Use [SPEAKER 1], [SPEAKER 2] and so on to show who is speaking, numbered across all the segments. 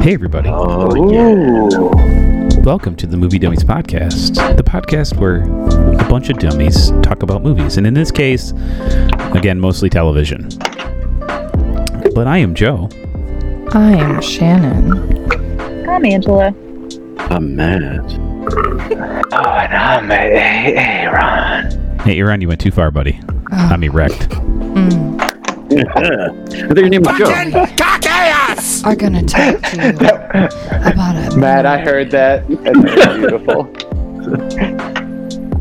[SPEAKER 1] Hey, everybody.
[SPEAKER 2] Oh, yeah.
[SPEAKER 1] Welcome to the Movie Dummies Podcast, the podcast where a bunch of dummies talk about movies. And in this case, again, mostly television. But I am Joe.
[SPEAKER 3] I am Shannon.
[SPEAKER 4] I'm Angela.
[SPEAKER 2] I'm mad.
[SPEAKER 1] Hey, Aaron, you went too far, buddy. I'm erect.
[SPEAKER 2] I thought your name was Joe.
[SPEAKER 3] Are gonna talk to you about a
[SPEAKER 5] Matt, I heard that. That's beautiful.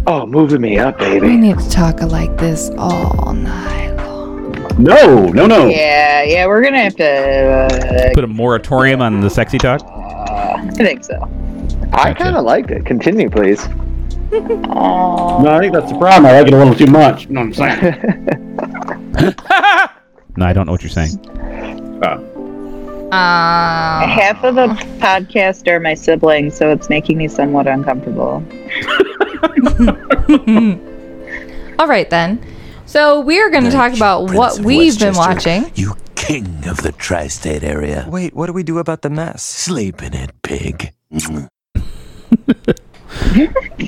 [SPEAKER 5] oh, moving me up,
[SPEAKER 3] We
[SPEAKER 5] baby.
[SPEAKER 3] need to talk like this all night long.
[SPEAKER 2] No, no, no.
[SPEAKER 4] Yeah, yeah, we're gonna have to.
[SPEAKER 1] Put a moratorium on the sexy talk.
[SPEAKER 4] Uh, I think so.
[SPEAKER 5] I
[SPEAKER 1] Gotcha.
[SPEAKER 5] kind of liked it. Continue, please.
[SPEAKER 4] Aw.
[SPEAKER 2] No, I think that's the problem. I like it a little too much. You know what I'm saying?
[SPEAKER 1] No, I don't know what you're saying.
[SPEAKER 3] Uh,
[SPEAKER 4] Half of the podcast are my siblings, so it's making me somewhat uncomfortable.
[SPEAKER 3] all right then. So we are gonna talk about what
[SPEAKER 6] Prince of
[SPEAKER 3] we've been
[SPEAKER 6] Westchester,
[SPEAKER 3] watching.
[SPEAKER 6] You king of the tri state area.
[SPEAKER 7] Wait, what do we do about the mess?
[SPEAKER 6] Sleep in it, pig.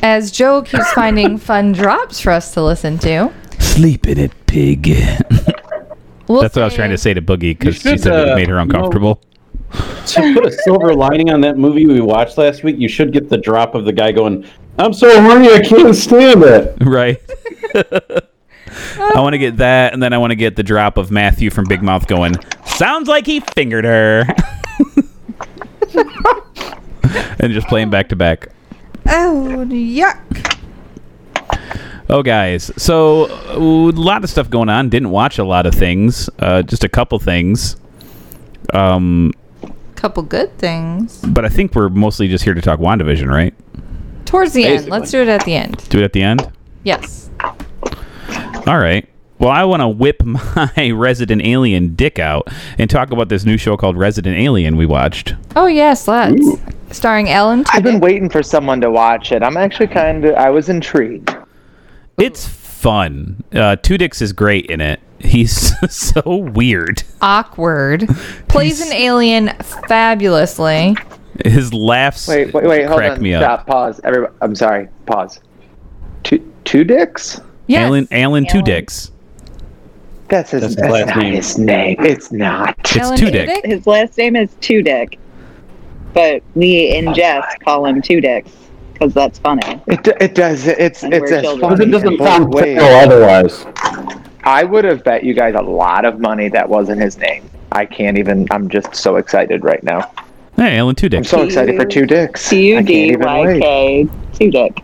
[SPEAKER 3] As Joe keeps finding fun drops for us to listen to.
[SPEAKER 1] Sleep in it, pig.
[SPEAKER 3] We'll
[SPEAKER 1] That's what I was
[SPEAKER 3] say-
[SPEAKER 1] trying to say to Boogie because she
[SPEAKER 8] should,
[SPEAKER 1] said it
[SPEAKER 8] uh,
[SPEAKER 1] made her
[SPEAKER 8] you know-
[SPEAKER 1] uncomfortable.
[SPEAKER 8] to put a silver lining on that movie we watched last week, you should get the drop of the guy going, I'm so horny, I can't stand it.
[SPEAKER 1] Right. I want to get that, and then I want to get the drop of Matthew from Big Mouth going, sounds like he fingered her. and just playing back to back.
[SPEAKER 3] Oh yuck.
[SPEAKER 1] Oh, guys. So, uh, a lot of stuff going on. Didn't watch a lot of things, uh, just a couple things. Um,
[SPEAKER 3] Couple good things.
[SPEAKER 1] but I think we're mostly just here to talk WandaVision, right?
[SPEAKER 3] Towards the end. Let's do it at the end.
[SPEAKER 1] Do it at the end?
[SPEAKER 3] Yes.
[SPEAKER 1] All right. Well, I want to whip my Resident Alien dick out and talk about this new show called Resident Alien we watched.
[SPEAKER 3] Oh yes, let's. Starring Ellen.
[SPEAKER 5] I've been
[SPEAKER 3] Tudyk.
[SPEAKER 5] waiting for someone to watch it. I'm actually kind of. I was intrigued.
[SPEAKER 1] It's fun. Uh, Tudix is great in it. He's so weird.
[SPEAKER 3] awkward. Plays an alien fabulously.
[SPEAKER 1] His laughs
[SPEAKER 5] Wait, wait, wait. Hold
[SPEAKER 1] crack
[SPEAKER 5] on.
[SPEAKER 1] me
[SPEAKER 5] Stop.
[SPEAKER 1] up.
[SPEAKER 5] Pause. Everybody. I'm sorry. Pause. Two, two dicks.
[SPEAKER 3] Yes.
[SPEAKER 1] Alan Alan
[SPEAKER 4] Alan.
[SPEAKER 1] Tudix.
[SPEAKER 5] That's his.
[SPEAKER 8] That's his
[SPEAKER 5] That's,
[SPEAKER 8] last
[SPEAKER 5] not
[SPEAKER 8] name.
[SPEAKER 5] his name. It's not.
[SPEAKER 1] It's
[SPEAKER 3] Alan
[SPEAKER 1] Tudix.
[SPEAKER 3] Tudyk?
[SPEAKER 4] His last name is Tudyk, but we in jest call him Tudix because that's funny.
[SPEAKER 5] It, do- it does. It's
[SPEAKER 4] And
[SPEAKER 5] it's
[SPEAKER 4] we're
[SPEAKER 5] as
[SPEAKER 4] children.
[SPEAKER 5] funny
[SPEAKER 8] It
[SPEAKER 5] in
[SPEAKER 8] doesn't
[SPEAKER 5] both
[SPEAKER 8] sound
[SPEAKER 5] ways.
[SPEAKER 8] techno otherwise.
[SPEAKER 5] I would have bet you guys a lot of money that wasn't his name. I can't even. I'm just so excited right now.
[SPEAKER 1] Hey, Alan
[SPEAKER 5] I'm
[SPEAKER 1] Tudix.
[SPEAKER 5] so excited for two dicks.
[SPEAKER 4] T U
[SPEAKER 5] I can't
[SPEAKER 4] D
[SPEAKER 5] even
[SPEAKER 4] Y
[SPEAKER 5] wait.
[SPEAKER 4] K Tudyk.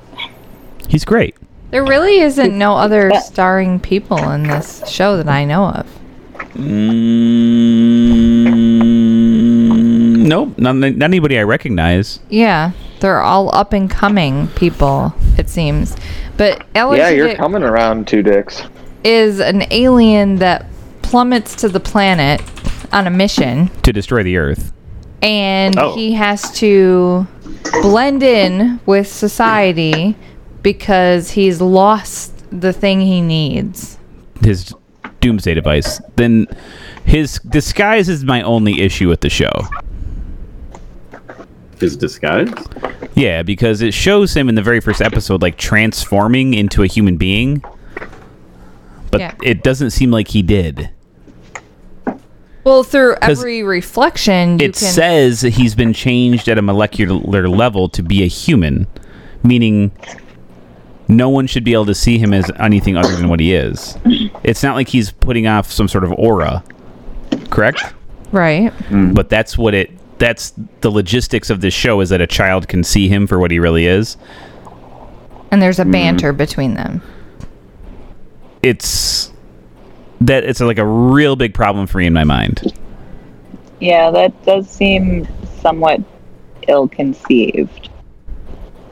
[SPEAKER 1] He's great.
[SPEAKER 3] There really isn't no other starring people in this show that I know of.
[SPEAKER 1] Mm, nope, not, not anybody I recognize.
[SPEAKER 3] Yeah, they're all up and coming people, it seems. But Ellen
[SPEAKER 5] Yeah, you're
[SPEAKER 3] Tudyk
[SPEAKER 5] coming around two dicks.
[SPEAKER 3] is an alien that plummets to the planet on a mission,
[SPEAKER 1] To destroy the Earth.
[SPEAKER 3] and
[SPEAKER 5] Oh.
[SPEAKER 3] he has to blend in with society because he's lost the thing he needs.
[SPEAKER 1] his doomsday device, then his disguise is my only issue with the show.
[SPEAKER 8] His disguise?
[SPEAKER 1] Yeah, because it shows him in the very first episode like transforming into a human being. But
[SPEAKER 3] Yeah.
[SPEAKER 1] it doesn't seem like he did.
[SPEAKER 3] Well, through
[SPEAKER 1] 'Cause
[SPEAKER 3] every reflection, you
[SPEAKER 1] It
[SPEAKER 3] can
[SPEAKER 1] says that he's been changed at a molecular level to be a human, meaning no one should be able to see him as anything other than what he is. It's not like he's putting off some sort of aura, correct?
[SPEAKER 3] right.
[SPEAKER 1] but that's what it that's the logistics of this show is that a child can see him for what he really is
[SPEAKER 3] and there's a
[SPEAKER 5] Hmm.
[SPEAKER 3] banter between them.
[SPEAKER 1] it's that it's like a real big problem for me in my mind
[SPEAKER 4] Yeah, that does seem somewhat ill conceived.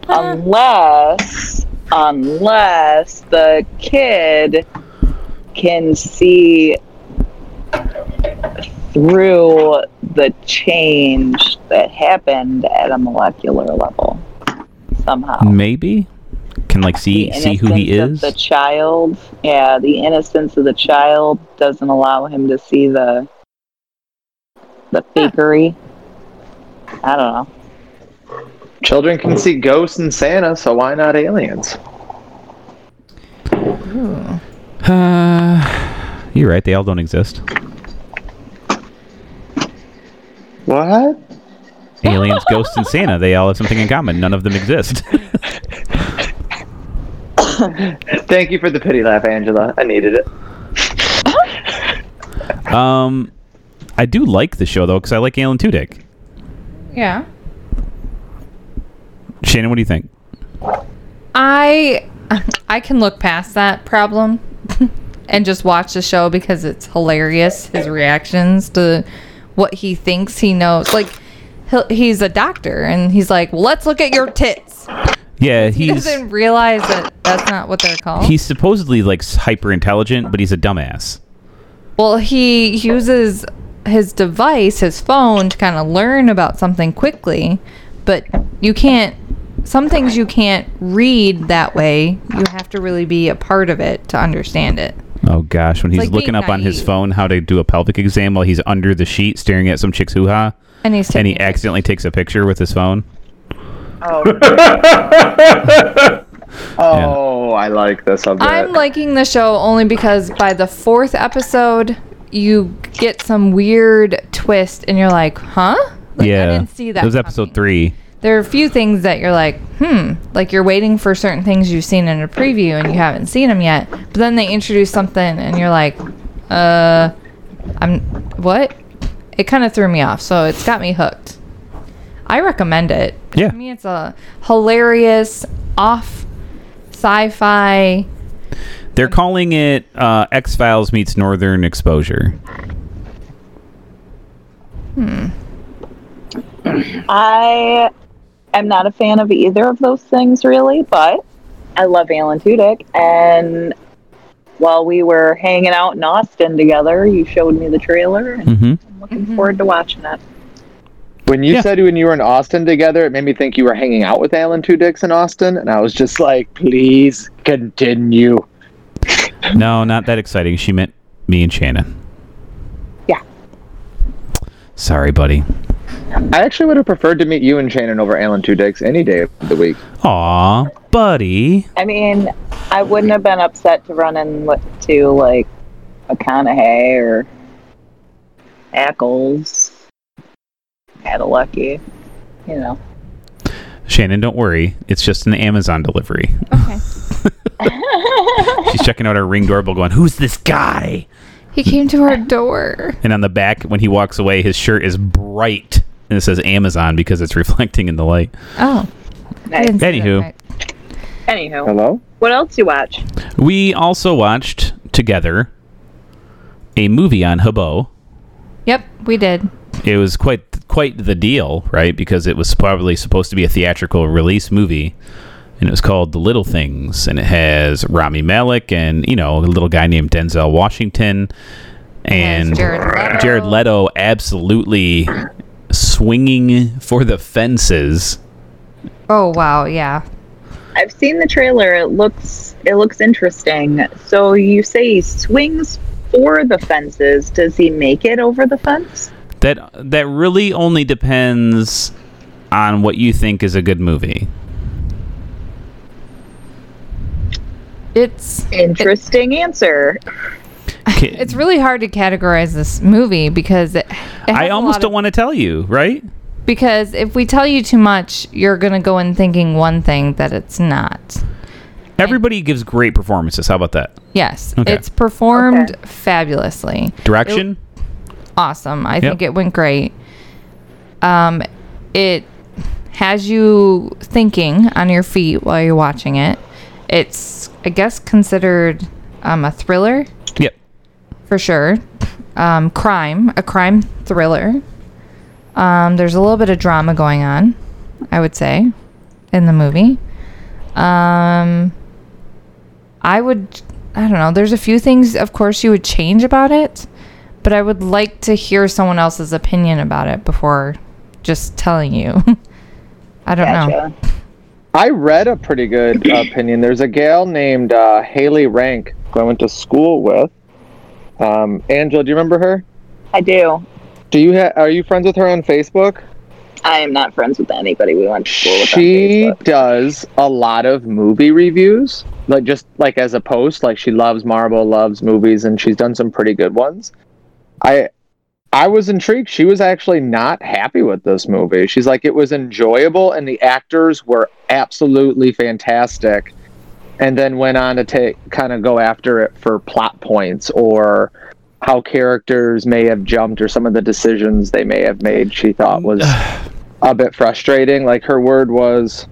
[SPEAKER 4] Unless, unless the kid can see through the change that happened at a molecular level somehow.
[SPEAKER 1] maybe can like see
[SPEAKER 4] The
[SPEAKER 1] see who he
[SPEAKER 4] innocence
[SPEAKER 1] is
[SPEAKER 4] of The child, yeah, the innocence of the child doesn't allow him to see the the fakery. I don't know.
[SPEAKER 5] Children can see ghosts and Santa, so why not aliens?
[SPEAKER 1] Uh, you're right. They all don't exist.
[SPEAKER 5] What?
[SPEAKER 1] Aliens, ghosts, and Santa. They all have something in common. None of them exist.
[SPEAKER 5] Thank you for the pity laugh, Angela. I needed it.
[SPEAKER 1] um, I do like the show though because I like Alan Tudyk.
[SPEAKER 3] Yeah.
[SPEAKER 1] Shannon, what do you think?
[SPEAKER 3] I I can look past that problem and just watch the show because it's hilarious his reactions to what he thinks he knows. Like he'll, he's a doctor and he's like, "Well, let's look at your tits."
[SPEAKER 1] Yeah,
[SPEAKER 3] He
[SPEAKER 1] he's
[SPEAKER 3] doesn't realize that that's not what they're called.
[SPEAKER 1] he's supposedly like hyper intelligent, but he's a dumbass.
[SPEAKER 3] Well, he uses his device, his phone, to kind of learn about something quickly, but you can't. Some things you can't read that way. You have to really be a part of it to understand it.
[SPEAKER 1] Oh gosh, when he's
[SPEAKER 3] Like being
[SPEAKER 1] looking up on his
[SPEAKER 3] naive.
[SPEAKER 1] phone how to do a pelvic exam while he's under the sheet staring at some chick's hoo ha,
[SPEAKER 3] And he's
[SPEAKER 1] and
[SPEAKER 3] taking
[SPEAKER 1] he accidentally takes a picture with his phone.
[SPEAKER 5] Oh, I like this. I'll do
[SPEAKER 3] I'm
[SPEAKER 5] it.
[SPEAKER 3] liking the show only because by the fourth episode, you get some weird twist, and you're like, "Huh? Like,
[SPEAKER 1] yeah,
[SPEAKER 3] I didn't see that."
[SPEAKER 1] It was
[SPEAKER 3] coming.
[SPEAKER 1] episode three.
[SPEAKER 3] there are a few things that you're like, hmm, like you're waiting for certain things you've seen in a preview and you haven't seen them yet. But then they introduce something and you're like, uh, I'm what? It kind of threw me off, so it's got me hooked. I recommend it.
[SPEAKER 1] Yeah.
[SPEAKER 3] To me, it's a hilarious off sci-fi.
[SPEAKER 1] They're calling it uh, X Files meets Northern Exposure.
[SPEAKER 4] I am not a fan of either of those things, really, but I love Alan Tudyk. And while we were hanging out in Austin together, you showed me the trailer, and
[SPEAKER 1] Mm-hmm.
[SPEAKER 4] I'm looking forward to watching it.
[SPEAKER 5] When you
[SPEAKER 1] Yeah.
[SPEAKER 5] said when you were in Austin together, it made me think you were hanging out with Alan Tudyk's in Austin, and I was just like, please continue.
[SPEAKER 1] No, not that exciting. She meant me and Shannon.
[SPEAKER 4] Yeah.
[SPEAKER 1] Sorry, buddy.
[SPEAKER 5] I actually would have preferred to meet you and Shannon over Alan Tudyk's any day of the week.
[SPEAKER 1] Aw, buddy.
[SPEAKER 4] I mean, I wouldn't have been upset to run into like McConaughey or Ackles, Adelucky, you know.
[SPEAKER 1] Shannon, don't worry. It's just an Amazon delivery.
[SPEAKER 3] Okay.
[SPEAKER 1] She's checking out her ring doorbell, going, "Who's this guy?"
[SPEAKER 3] He came to our door.
[SPEAKER 1] And on the back, when he walks away, his shirt is bright and it says Amazon because it's reflecting in the light.
[SPEAKER 3] Oh. I didn't see that
[SPEAKER 1] Anywho.
[SPEAKER 3] part.
[SPEAKER 4] Anywho,
[SPEAKER 5] Hello?
[SPEAKER 4] what else you watch?
[SPEAKER 1] We also watched together a movie on Habo.
[SPEAKER 3] Yep, we did.
[SPEAKER 1] It was quite quite the deal, right? Because it was probably supposed to be a theatrical release movie, and it was called The Little Things, and it has Rami Malek and you know a little guy named Denzel Washington and
[SPEAKER 3] Yes, Jared Leto.
[SPEAKER 1] Jared Leto absolutely swinging for the fences.
[SPEAKER 3] Oh wow, yeah.
[SPEAKER 4] I've seen the trailer. It looks it looks interesting. So you say he swings for the fences. Does he make it over the fence?
[SPEAKER 1] That that really only depends on what you think is a good movie.
[SPEAKER 3] It's
[SPEAKER 4] Interesting answer.
[SPEAKER 1] Ki-
[SPEAKER 3] It's really hard to categorize this movie because it, it has
[SPEAKER 1] I
[SPEAKER 3] a
[SPEAKER 1] almost
[SPEAKER 3] lot
[SPEAKER 1] don't
[SPEAKER 3] of-
[SPEAKER 1] want to tell you, right?
[SPEAKER 3] because if we tell you too much, you're gonna go in thinking one thing that it's not.
[SPEAKER 1] Everybody gives great performances. How about that?
[SPEAKER 3] Yes,
[SPEAKER 1] Okay.
[SPEAKER 3] it's performed fabulously,
[SPEAKER 1] Direction?
[SPEAKER 3] awesome. I think it went great. Um, it has you thinking on your feet while you're watching it. It's I guess considered um, a thriller
[SPEAKER 1] Yep.
[SPEAKER 3] for sure. Um, crime, a crime thriller. Um, there's a little bit of drama going on, I would say, in the movie. Um, I would, I don't know. There's a few things, of course, you would change about it, but I would like to hear someone else's opinion about it before just telling you. I don't know.
[SPEAKER 4] Gotcha.
[SPEAKER 5] I read a pretty good opinion. There's a gal named uh, Haley Rank who I went to school with. Um, Angela, do you remember her?
[SPEAKER 4] I do.
[SPEAKER 9] Do you ha- are you friends with her on Facebook?
[SPEAKER 4] I am not friends with anybody we went to school with. on
[SPEAKER 9] she
[SPEAKER 4] Facebook.
[SPEAKER 9] does a lot of movie reviews like just like as a post like she loves marvel loves movies and she's done some pretty good ones i i was intrigued she was actually not happy with this movie she's like it was enjoyable and the actors were absolutely fantastic and then went on to take kind of go after it for plot points or how characters may have jumped or some of the decisions they may have made she thought was a bit frustrating like her word was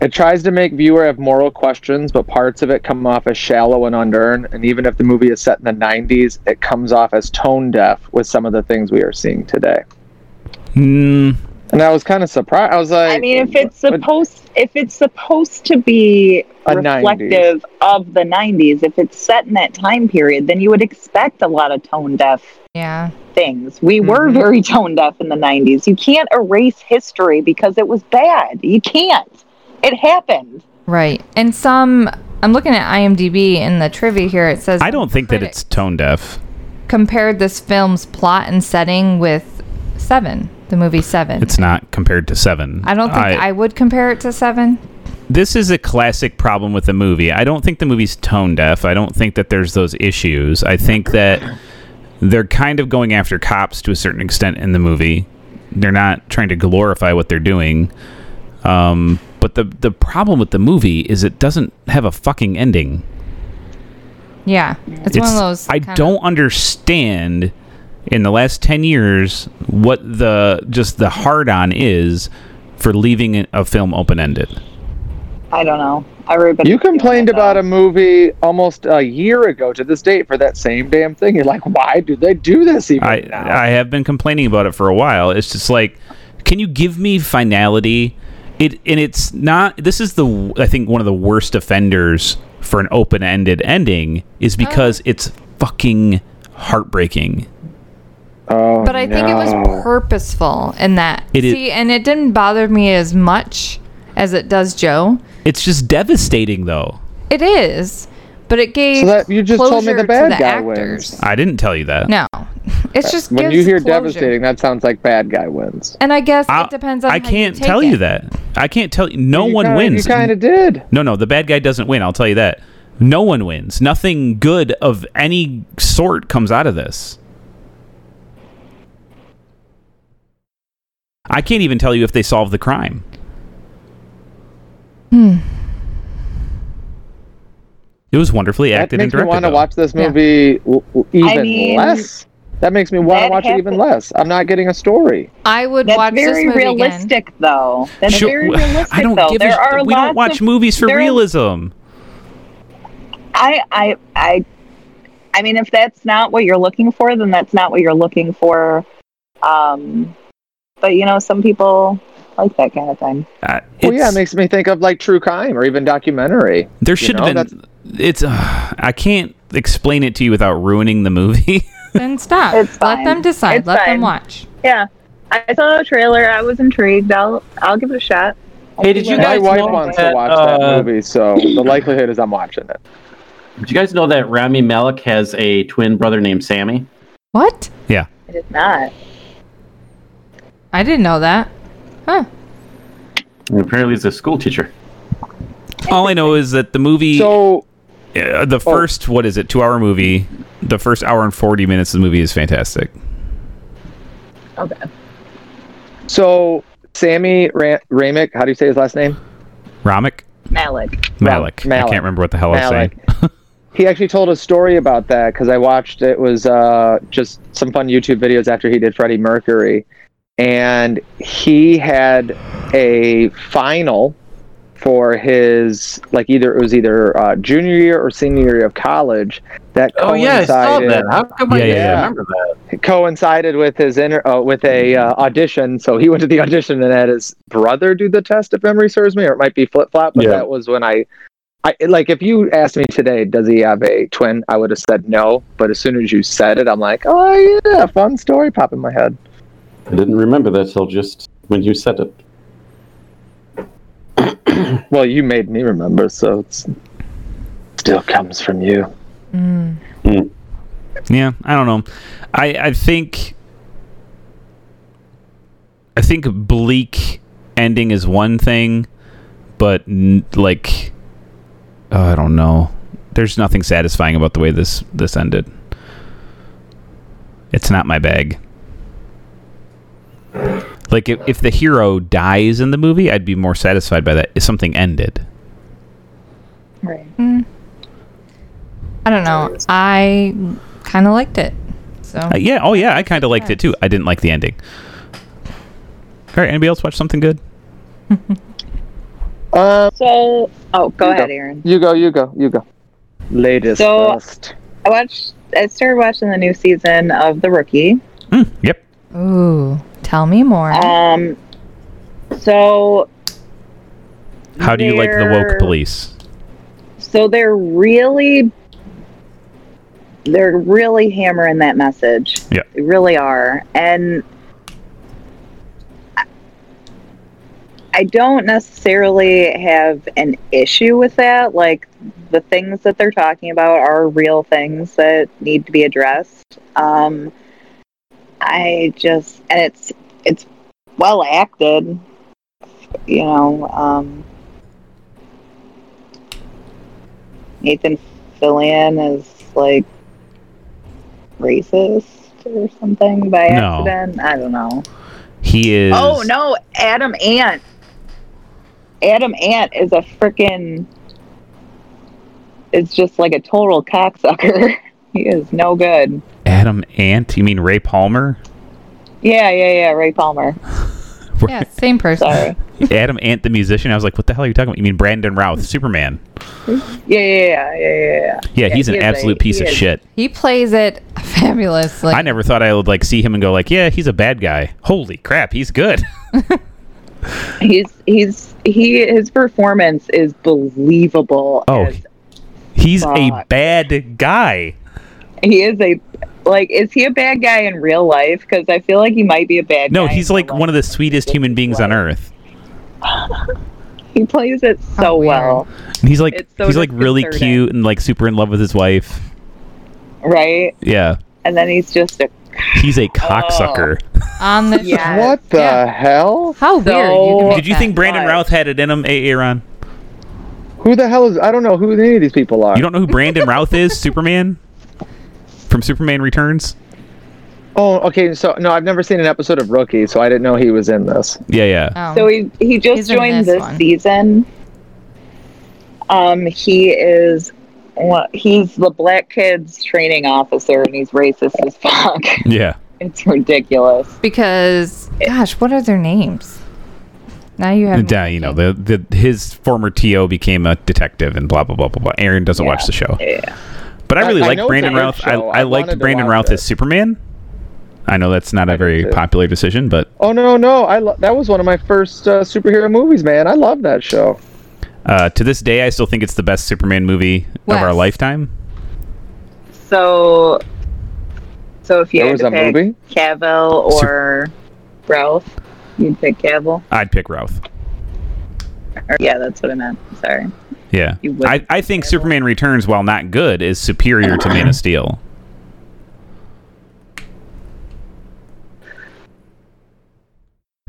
[SPEAKER 9] it tries to make viewer have moral questions but parts of it come off as shallow and unearned and even if the movie is set in the 90s it comes off as tone deaf with some of the things we are seeing today
[SPEAKER 1] Hmm.
[SPEAKER 9] and i was kind of surprised i was like
[SPEAKER 4] I mean, if it's
[SPEAKER 9] but-
[SPEAKER 4] supposed if it's supposed to be
[SPEAKER 9] A 90s.
[SPEAKER 4] reflective of the '90s, if it's set in that time period, then you would expect a lot of tone deaf
[SPEAKER 3] Yeah.
[SPEAKER 4] things. We were
[SPEAKER 9] Mhm.
[SPEAKER 4] very tone deaf in the 90s. You can't erase history because it was bad. You can't. It happened.
[SPEAKER 3] Right. And some, I'm looking at IMDb in the trivia here. It says
[SPEAKER 1] I don't think that it's tone deaf.
[SPEAKER 3] compared this film's plot and setting with Seven, the movie Seven.
[SPEAKER 1] It's not compared to Seven.
[SPEAKER 3] I don't think I, would compare it to Seven.
[SPEAKER 1] This is a classic problem with the movie. I don't think the movie's tone deaf. I don't think that there's those issues. I think that they're kind of going after cops to a certain extent in the movie. They're not trying to glorify what they're doing. Um, but the the problem with the movie is it doesn't have a fucking ending.
[SPEAKER 3] Yeah. It's, one of those.
[SPEAKER 1] I
[SPEAKER 3] kinda-
[SPEAKER 1] don't understand in the last 10 years what the just the hard on is for leaving a film open ended.
[SPEAKER 4] I don't know. Everybody
[SPEAKER 9] you complained about a movie almost a year ago to this date for that same damn thing you're like why do they do this even
[SPEAKER 1] I
[SPEAKER 9] now?
[SPEAKER 1] I have been complaining about it for a while. It's just like can you give me finality? It and it's not this is the I think one of the worst offenders for an open-ended ending is because
[SPEAKER 3] Oh.
[SPEAKER 1] it's fucking heartbreaking.
[SPEAKER 9] oh,
[SPEAKER 3] But I think it
[SPEAKER 9] no.
[SPEAKER 3] was purposeful in that.
[SPEAKER 1] It is-
[SPEAKER 3] See, and it didn't bother me as much as it does Joe.
[SPEAKER 1] It's just devastating though.
[SPEAKER 3] It is, but it gave.
[SPEAKER 9] So that- you just told me
[SPEAKER 3] closure
[SPEAKER 9] the
[SPEAKER 3] to
[SPEAKER 9] bad guy
[SPEAKER 3] actors.
[SPEAKER 9] wins. Uh,
[SPEAKER 1] I didn't tell you that.
[SPEAKER 3] No, it's just
[SPEAKER 9] when
[SPEAKER 3] gives
[SPEAKER 9] you hear
[SPEAKER 3] closure.
[SPEAKER 9] devastating that sounds like bad guy wins
[SPEAKER 3] And I guess
[SPEAKER 1] I-
[SPEAKER 3] it depends on.
[SPEAKER 1] I
[SPEAKER 3] how
[SPEAKER 1] can't
[SPEAKER 3] you take
[SPEAKER 1] tell you
[SPEAKER 3] it.
[SPEAKER 1] that. I can't tell you. No
[SPEAKER 9] You
[SPEAKER 1] one
[SPEAKER 9] kinda-
[SPEAKER 1] wins.
[SPEAKER 9] you kind of did
[SPEAKER 1] no, no, the bad guy doesn't win. I'll tell you that. No one wins. Nothing good of any sort comes out of this. I can't even tell you if they solve the crime.
[SPEAKER 4] Hmm.
[SPEAKER 1] It was wonderfully
[SPEAKER 9] That
[SPEAKER 1] acted and
[SPEAKER 9] makes me
[SPEAKER 1] directed.
[SPEAKER 9] want to
[SPEAKER 1] though.
[SPEAKER 9] watch this
[SPEAKER 3] Yeah.
[SPEAKER 9] movie l- l- even
[SPEAKER 4] mean,
[SPEAKER 9] less. That makes me want to
[SPEAKER 4] that
[SPEAKER 9] watch it even
[SPEAKER 4] happened-
[SPEAKER 9] less. I'm not getting a story.
[SPEAKER 3] I would
[SPEAKER 4] That's
[SPEAKER 3] watch
[SPEAKER 4] very
[SPEAKER 3] this movie again.
[SPEAKER 4] realistic, though. That's
[SPEAKER 1] Sure,
[SPEAKER 4] very realistic,
[SPEAKER 1] I don't
[SPEAKER 4] though.
[SPEAKER 1] give
[SPEAKER 4] there
[SPEAKER 1] a, sh-
[SPEAKER 4] are
[SPEAKER 1] We don't
[SPEAKER 4] lots
[SPEAKER 1] watch
[SPEAKER 4] of-
[SPEAKER 1] movies for
[SPEAKER 4] there are-
[SPEAKER 1] realism.
[SPEAKER 4] I, I, I, I mean, if that's not what you're looking for, then that's not what you're looking for. Um, but you know, some people like that kind of thing.
[SPEAKER 1] Uh,
[SPEAKER 9] Well, yeah,
[SPEAKER 1] it's-
[SPEAKER 9] it makes me think of like true crime or even documentary.
[SPEAKER 1] There should
[SPEAKER 9] know,
[SPEAKER 1] have been. It's. Uh, I can't explain it to you without ruining the movie.
[SPEAKER 3] Then stop.
[SPEAKER 4] It's
[SPEAKER 3] Let
[SPEAKER 4] fine.
[SPEAKER 3] them decide.
[SPEAKER 4] It's
[SPEAKER 3] Let them
[SPEAKER 4] fine.
[SPEAKER 3] watch.
[SPEAKER 4] Yeah, I saw the trailer. I was intrigued. I'll, I'll give it a shot.
[SPEAKER 8] Hey, did you
[SPEAKER 9] My
[SPEAKER 8] guys
[SPEAKER 9] wife
[SPEAKER 8] know
[SPEAKER 9] wants
[SPEAKER 8] that,
[SPEAKER 9] to watch
[SPEAKER 8] uh,
[SPEAKER 9] that movie, so the likelihood is I'm watching it.
[SPEAKER 8] Did you guys know that Rami Malik has a twin brother named Sammy?
[SPEAKER 3] What?
[SPEAKER 4] It is not.
[SPEAKER 3] I didn't know that. Huh?
[SPEAKER 8] And apparently, he's a school teacher.
[SPEAKER 1] All I know is that the movie,
[SPEAKER 9] So oh.
[SPEAKER 1] uh, the first what is it, two hour movie, the first hour and forty minutes of the movie is fantastic.
[SPEAKER 4] Okay.
[SPEAKER 9] so Sammy Ra- Ramick, how do you say his last name?
[SPEAKER 1] Ramick
[SPEAKER 4] Malik.
[SPEAKER 1] Malik. I
[SPEAKER 9] Malik.
[SPEAKER 1] can't remember what the hell I was
[SPEAKER 9] Malik.
[SPEAKER 1] saying.
[SPEAKER 9] He actually told a story about that because I watched it was uh, just some fun YouTube videos after he did Freddie Mercury, and he had a final for his like either it was either uh, junior year or senior year of college that
[SPEAKER 8] Oh,
[SPEAKER 9] coincided
[SPEAKER 8] How come
[SPEAKER 1] Yeah, yeah,
[SPEAKER 9] yeah.
[SPEAKER 8] remember that?
[SPEAKER 9] coincided with his inter- uh, with a uh, audition. So he went to the audition and had his brother do the test, if memory serves me, or it might be flip flop. But
[SPEAKER 8] Yeah.
[SPEAKER 9] that was when I, I like if you asked me today, does he have a twin? I would have said no. But as soon as you said it, I'm like, oh yeah, fun story pop in my head.
[SPEAKER 8] I didn't remember that till just when you said it.
[SPEAKER 9] Well, you made me remember, so it's still comes from you.
[SPEAKER 1] Yeah, I don't know. I I think I think bleak ending is one thing, but n- like oh, I don't know. There's nothing satisfying about the way this this ended. It's not my bag. Like if, if the hero dies in the movie, I'd be more satisfied by that. If something ended,
[SPEAKER 4] Right.
[SPEAKER 3] I don't know. I kind of liked it. So
[SPEAKER 1] Uh, yeah. Oh yeah, I kind of liked it too. I didn't like the ending. All right. Anybody else watch something good?
[SPEAKER 9] Um,
[SPEAKER 4] So, oh, go ahead,
[SPEAKER 9] go.
[SPEAKER 4] Aaron.
[SPEAKER 9] you go, you go, you go. Latest.
[SPEAKER 4] So-
[SPEAKER 9] best.
[SPEAKER 4] I watched. I started watching the new season of The Rookie.
[SPEAKER 1] Mm, yep.
[SPEAKER 3] ooh, tell me more.
[SPEAKER 4] Um, so
[SPEAKER 1] How do you like the woke
[SPEAKER 4] They're-
[SPEAKER 1] police?
[SPEAKER 4] so they're really they're really hammering that message
[SPEAKER 1] Yeah.
[SPEAKER 4] they really are and I- i don't necessarily have an issue with that like the things that they're talking about are real things that need to be addressed um i just and it's it's well acted you know um Nathan Fillion is like racist or something by
[SPEAKER 1] No.
[SPEAKER 4] accident. I don't know.
[SPEAKER 1] He is.
[SPEAKER 4] Oh no, Adam Ant. Adam Ant is a freaking. It's just like a total cocksucker. he is no good.
[SPEAKER 1] Adam Ant. You mean Ray Palmer?
[SPEAKER 4] Yeah, yeah, yeah. Ray Palmer.
[SPEAKER 3] yeah, same person.
[SPEAKER 4] Sorry.
[SPEAKER 1] Adam Ant, the musician. I was like, what the hell are you talking about? You mean Brandon Routh, Superman?
[SPEAKER 4] Yeah, yeah, yeah, yeah, yeah.
[SPEAKER 1] Yeah, he's an
[SPEAKER 4] he is
[SPEAKER 1] absolute
[SPEAKER 4] a-
[SPEAKER 1] piece
[SPEAKER 4] he
[SPEAKER 1] of
[SPEAKER 4] is-
[SPEAKER 1] shit.
[SPEAKER 3] He plays it fabulously.
[SPEAKER 1] I never thought I would like see him and go like, yeah, he's a bad guy. Holy crap, he's good.
[SPEAKER 4] He's he's he. His performance is believable.
[SPEAKER 1] Oh.
[SPEAKER 4] as
[SPEAKER 1] He's a
[SPEAKER 4] Fuck.
[SPEAKER 1] bad guy.
[SPEAKER 4] he is a like is he a bad guy in real life because i feel like he might be a bad
[SPEAKER 1] No,
[SPEAKER 4] guy
[SPEAKER 1] he's like one of the sweetest human beings on earth.
[SPEAKER 4] he plays it
[SPEAKER 3] How
[SPEAKER 4] so
[SPEAKER 3] weird.
[SPEAKER 4] well
[SPEAKER 1] And he's like
[SPEAKER 4] It's so
[SPEAKER 1] he's like really
[SPEAKER 4] disconcerting.
[SPEAKER 1] cute and like super in love with his wife.
[SPEAKER 4] right
[SPEAKER 1] Yeah.
[SPEAKER 4] and then he's just a
[SPEAKER 1] He's
[SPEAKER 4] Oh,
[SPEAKER 1] a cocksucker.
[SPEAKER 3] On the
[SPEAKER 4] uh, Yeah.
[SPEAKER 3] show.
[SPEAKER 9] What the
[SPEAKER 3] Yeah.
[SPEAKER 9] hell?
[SPEAKER 3] How weird! You can
[SPEAKER 4] So-
[SPEAKER 3] make
[SPEAKER 1] Did you
[SPEAKER 3] that.
[SPEAKER 1] think Brandon
[SPEAKER 4] Why?
[SPEAKER 1] Routh had it in him, A. Aaron?
[SPEAKER 9] Who the hell is? I don't know who any of these people are.
[SPEAKER 1] You don't know who Brandon Routh is? Superman? From Superman Returns?
[SPEAKER 9] oh, okay. So no, I've never seen an episode of Rookie, so I didn't know he was in this.
[SPEAKER 1] Yeah, yeah.
[SPEAKER 9] Uh,
[SPEAKER 3] Oh.
[SPEAKER 4] so he he just
[SPEAKER 3] He's in
[SPEAKER 4] joined
[SPEAKER 3] this
[SPEAKER 4] this
[SPEAKER 3] one.
[SPEAKER 4] season um he is well, he's the black kid's training officer and he's racist as fuck
[SPEAKER 1] Yeah.
[SPEAKER 4] it's ridiculous
[SPEAKER 3] because gosh, what are their names? Now you have
[SPEAKER 1] Yeah, you know, the, the his former TO became a detective and blah blah blah blah blah. Aaron doesn't watch the show.
[SPEAKER 4] yeah
[SPEAKER 1] But I really
[SPEAKER 9] I
[SPEAKER 1] like
[SPEAKER 9] know it's
[SPEAKER 1] Brandon
[SPEAKER 9] a good
[SPEAKER 1] Routh. I,
[SPEAKER 9] show.
[SPEAKER 1] I
[SPEAKER 9] I
[SPEAKER 1] liked
[SPEAKER 9] wanted to
[SPEAKER 1] Brandon
[SPEAKER 9] watch
[SPEAKER 1] Routh
[SPEAKER 9] it.
[SPEAKER 1] as Superman. I know that's not a very
[SPEAKER 9] too.
[SPEAKER 1] popular decision, but
[SPEAKER 9] Oh no, no, I lo- that was one of my first uh, superhero movies, man. I love that show.
[SPEAKER 1] uh, to this day, I still think it's the best Superman movie
[SPEAKER 3] Wes.
[SPEAKER 1] of our lifetime.
[SPEAKER 4] so so if you
[SPEAKER 9] There
[SPEAKER 4] had
[SPEAKER 9] was
[SPEAKER 4] to
[SPEAKER 9] a
[SPEAKER 4] pick
[SPEAKER 9] movie?
[SPEAKER 4] cavill or ralph you'd pick cavill
[SPEAKER 1] I'd pick Routh.
[SPEAKER 4] Or- yeah, that's what I meant. Sorry.
[SPEAKER 1] Yeah,
[SPEAKER 4] You would
[SPEAKER 1] I, I think Superman Returns, while not good, is superior to Man of Steel.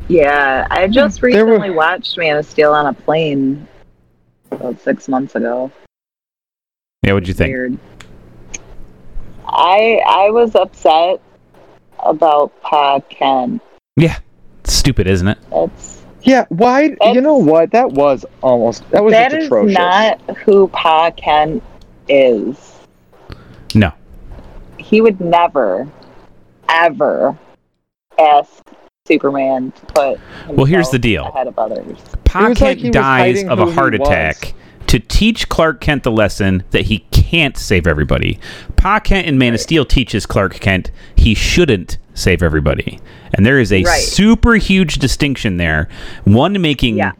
[SPEAKER 4] Yeah, I just
[SPEAKER 9] There were-
[SPEAKER 4] recently watched Man of Steel on a plane about six months ago.
[SPEAKER 1] Yeah, what'd you think?
[SPEAKER 4] Weird. I I was upset about Pa Kent.
[SPEAKER 1] Yeah, it's stupid, isn't it?
[SPEAKER 4] That's
[SPEAKER 9] Yeah, why? you
[SPEAKER 4] That's-
[SPEAKER 9] know what? That was almost that was
[SPEAKER 4] that
[SPEAKER 9] just
[SPEAKER 4] is
[SPEAKER 9] atrocious.
[SPEAKER 4] not who Pa Kent is.
[SPEAKER 1] No,
[SPEAKER 4] He would never, ever ask Superman to put
[SPEAKER 1] Well, here's the
[SPEAKER 4] himself
[SPEAKER 1] deal.
[SPEAKER 4] ahead of others.
[SPEAKER 9] It was
[SPEAKER 1] Pocket
[SPEAKER 9] like he was
[SPEAKER 1] dies
[SPEAKER 9] hiding
[SPEAKER 1] of a
[SPEAKER 9] who
[SPEAKER 1] heart
[SPEAKER 9] he was.
[SPEAKER 1] attack to teach Clark Kent the lesson that he can't save everybody. Pa Kent in Man of Steel teaches Clark Kent he shouldn't save everybody. And there is a
[SPEAKER 4] Right.
[SPEAKER 1] super huge distinction there. One making
[SPEAKER 4] Yeah.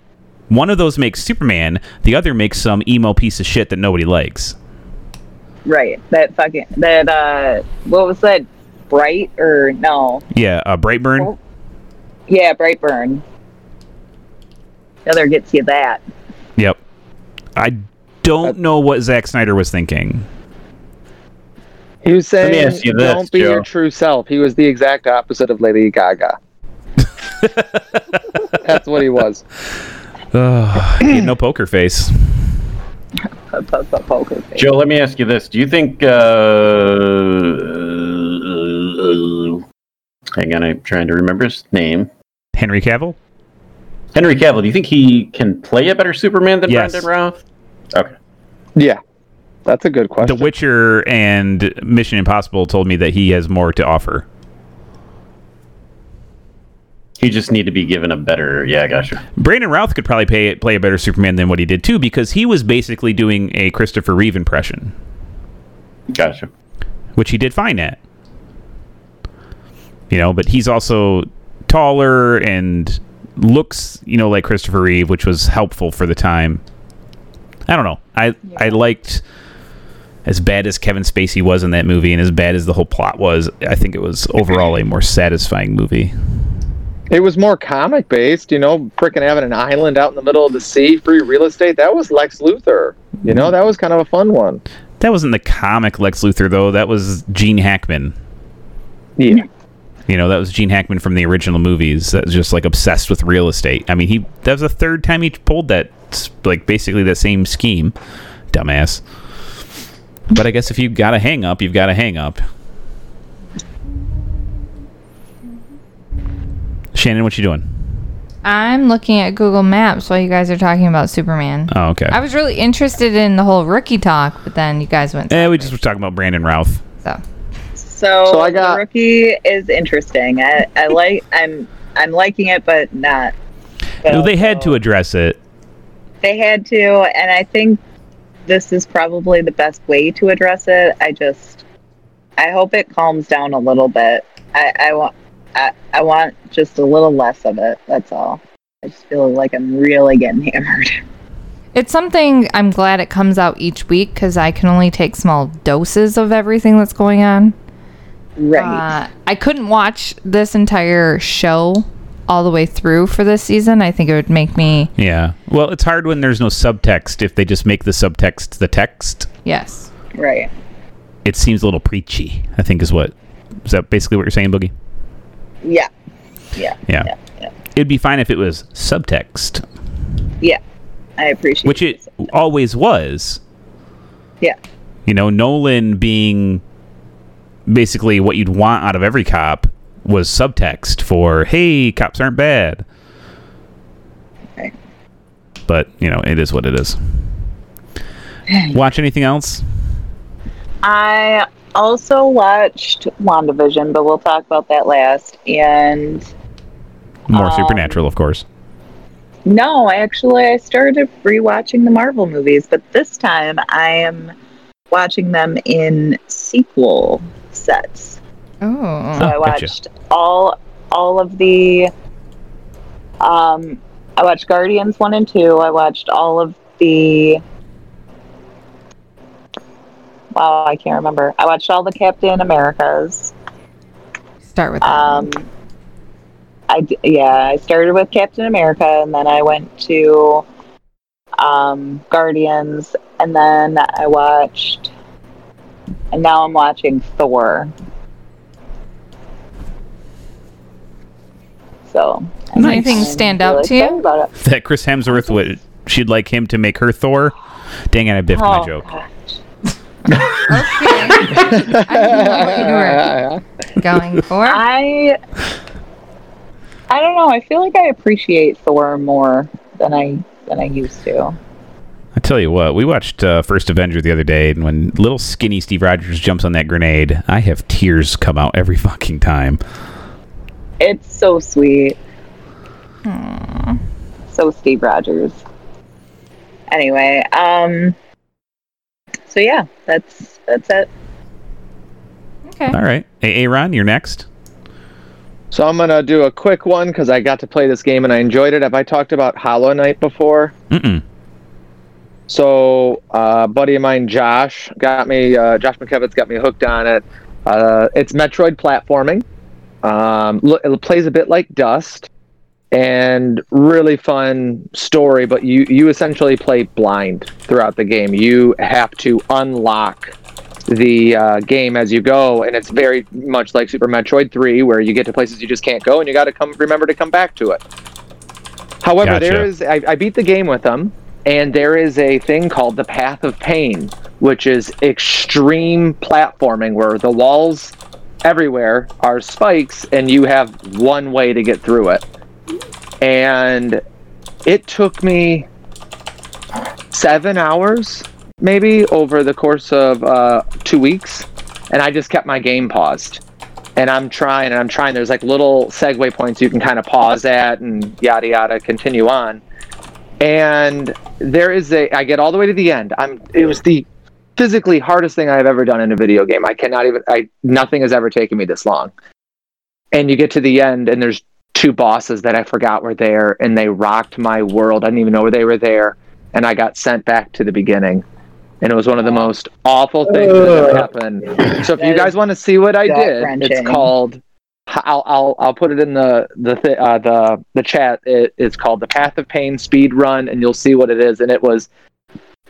[SPEAKER 1] one of those makes Superman, the other makes some emo piece of shit that nobody likes.
[SPEAKER 4] Right. That fucking that uh what was that? Bright or no.
[SPEAKER 1] Yeah, uh, Brightburn.
[SPEAKER 4] Oh. Yeah, Brightburn. The other gets you that.
[SPEAKER 1] Yep. I
[SPEAKER 9] Uh,
[SPEAKER 1] don't know what Zack Snyder was thinking.
[SPEAKER 9] He was saying,
[SPEAKER 8] ask you this,
[SPEAKER 9] "Don't be
[SPEAKER 8] Joe.
[SPEAKER 9] your true self." He was the exact opposite of Lady Gaga. That's what he was.
[SPEAKER 1] He had no poker face.
[SPEAKER 4] A po- po- poker face.
[SPEAKER 8] Joe, let me ask you this: Do you think? Uh, hang on, I'm trying to remember his name.
[SPEAKER 1] Henry Cavill?
[SPEAKER 8] Henry Cavill. Do you think he can play a better Superman than
[SPEAKER 1] Yes.
[SPEAKER 8] Brandon Routh? Okay.
[SPEAKER 9] Yeah, that's a good question.
[SPEAKER 1] The Witcher and Mission Impossible told me that he has more to offer.
[SPEAKER 8] He just need to be given a better. Yeah, gotcha.
[SPEAKER 1] Brandon Routh could probably pay, play a better Superman than what he did too, because he was basically doing a Christopher Reeve impression,
[SPEAKER 8] Gotcha.
[SPEAKER 1] which he did fine at. You know, but he's also taller and looks, you know, like Christopher Reeve, which was helpful for the time. I don't know. I I liked as bad as Kevin Spacey was in that movie and as bad as the whole plot was, I think it was overall a more satisfying movie.
[SPEAKER 9] it was more comic based, you know, freaking having an island out in the middle of the sea, free real estate. That was Lex Luthor. You know, that was kind of a fun one.
[SPEAKER 1] That wasn't the comic Lex Luthor though. That was Gene Hackman.
[SPEAKER 9] Yeah.
[SPEAKER 1] You know, that was Gene Hackman from the original movies. That was just like obsessed with real estate. I mean, he that was the third time he pulled that, s- like basically that same scheme, dumbass. But I guess if you got to hang up, you've got to hang up. Shannon, what you doing?
[SPEAKER 3] I'm looking at Google Maps while you guys are talking about Superman.
[SPEAKER 1] Oh, okay.
[SPEAKER 3] I was really interested in the whole rookie talk, but then you guys went.
[SPEAKER 1] Eh, we just were talking about Brandon Routh.
[SPEAKER 3] So
[SPEAKER 4] So,
[SPEAKER 9] So I got-
[SPEAKER 4] the rookie is interesting. I, I like I'm I'm liking it, but not. But
[SPEAKER 1] No, they had
[SPEAKER 4] also-
[SPEAKER 1] to address it.
[SPEAKER 4] They had to, and I think this is probably the best way to address it. I just I hope it calms down a little bit. I, I want I, I want just a little less of it. That's all. I just feel like I'm really getting hammered.
[SPEAKER 3] it's something I'm glad it comes out each week because I can only take small doses of everything that's going on.
[SPEAKER 4] right.
[SPEAKER 3] Uh, I couldn't watch this entire show all the way through for this season. I think it would make me
[SPEAKER 1] Yeah. Well, it's hard when there's no subtext. If they just make the subtext the text,
[SPEAKER 3] yes.
[SPEAKER 4] right.
[SPEAKER 1] it seems a little preachy. I think is what is that basically what you're saying, Boogie?
[SPEAKER 4] Yeah. Yeah.
[SPEAKER 1] Yeah.
[SPEAKER 4] Yeah. yeah.
[SPEAKER 1] It'd be fine if it was subtext,
[SPEAKER 4] Yeah, I appreciate
[SPEAKER 1] which it always was.
[SPEAKER 4] Yeah,
[SPEAKER 1] You know, Nolan being basically what you'd want out of every cop was subtext for, hey, cops aren't bad.
[SPEAKER 4] Right.
[SPEAKER 1] But, you know, it is what it is. Watch anything else?
[SPEAKER 4] I also watched WandaVision, but we'll talk about that last. And Um,
[SPEAKER 1] More supernatural, of course.
[SPEAKER 4] no, actually, I started rewatching the Marvel movies, but this time I am watching them in sequel sets.
[SPEAKER 3] Oh,
[SPEAKER 4] So I
[SPEAKER 1] gotcha.
[SPEAKER 4] watched all all of the um I watched Guardians 1 and 2. I watched all of the Wow, I can't remember. I watched all the Captain Americas.
[SPEAKER 3] start with that.
[SPEAKER 4] Um I d- yeah, I started with Captain America and then I went to um Guardians and then I watched and now I'm watching Thor. So
[SPEAKER 3] Does anything stand out to you?
[SPEAKER 4] About it.
[SPEAKER 1] That Chris Hemsworth would, she'd like him to make her Thor. Dang it, I biffed my
[SPEAKER 4] Oh,
[SPEAKER 1] joke.
[SPEAKER 4] gosh.
[SPEAKER 3] okay. I didn't know what you were going for.
[SPEAKER 4] I I don't know. I feel like I appreciate Thor more than I than I used to.
[SPEAKER 1] I tell you what, we watched uh, First Avenger the other day, and when little skinny Steve Rogers jumps on that grenade, I have tears come out every fucking time.
[SPEAKER 4] It's so sweet. So Steve Rogers. Anyway, um so yeah, that's that's it.
[SPEAKER 3] Okay.
[SPEAKER 1] All right, hey, Aaron, you're next.
[SPEAKER 9] So I'm gonna do a quick one because I got to play this game and I enjoyed it. Have I talked about Hollow Knight before?
[SPEAKER 1] Mm-mm.
[SPEAKER 9] So, uh, a buddy of mine, Josh, got me. Uh, Josh McKevitz got me hooked on it. Uh, it's Metroid platforming. Um, lo- it plays a bit like Dust, and really fun story. But you you essentially play blind throughout the game. You have to unlock the uh, game as you go, and it's very much like Super Metroid 3, where you get to places you just can't go, and you got to come remember to come back to it. However,
[SPEAKER 1] Gotcha.
[SPEAKER 9] there is I, I beat the game with them, and there is a thing called the Path of Pain, which is extreme platforming, where the walls everywhere are spikes, and you have one way to get through it. And it took me seven hours maybe over the course of uh, two weeks, and I just kept my game paused. And I'm trying and I'm trying. There's like little segue points you can kind of pause at and yada yada, continue on. And there is a, I get all the way to the end. I'm, it was the physically hardest thing I've ever done in a video game. I cannot even, I, nothing has ever taken me this long. And you get to the end and there's two bosses that I forgot were there and they rocked my world. I didn't even know they were there. And I got sent back to the beginning and it was one of the most awful things that ever happened. So if
[SPEAKER 4] That
[SPEAKER 9] you
[SPEAKER 4] is
[SPEAKER 9] guys want to see what I did,
[SPEAKER 4] gut-wrenching.
[SPEAKER 9] it's called. I'll I'll I'll put it in the the th- uh, the the chat. It, it's called the Path of Pain Speed Run, and you'll see what it is. And it was,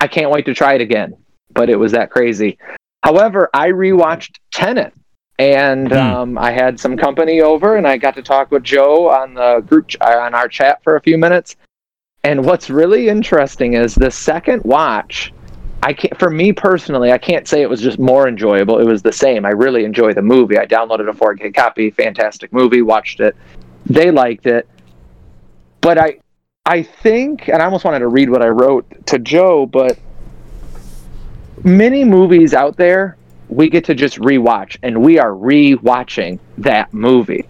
[SPEAKER 9] I can't wait to try it again. But it was that crazy. However, I rewatched Tenet, and
[SPEAKER 1] Hmm.
[SPEAKER 9] um, I had some company over, and I got to talk with Joe on the group ch- uh, on our chat for a few minutes. And what's really interesting is the second watch, I can't for me personally, I can't say it was just more enjoyable. It was the same. I really enjoy the movie. I downloaded a 4K copy, fantastic movie, watched it. They liked it. But I I think and I almost wanted to read what I wrote to Joe, but many movies out there we get to just rewatch and we are rewatching that movie.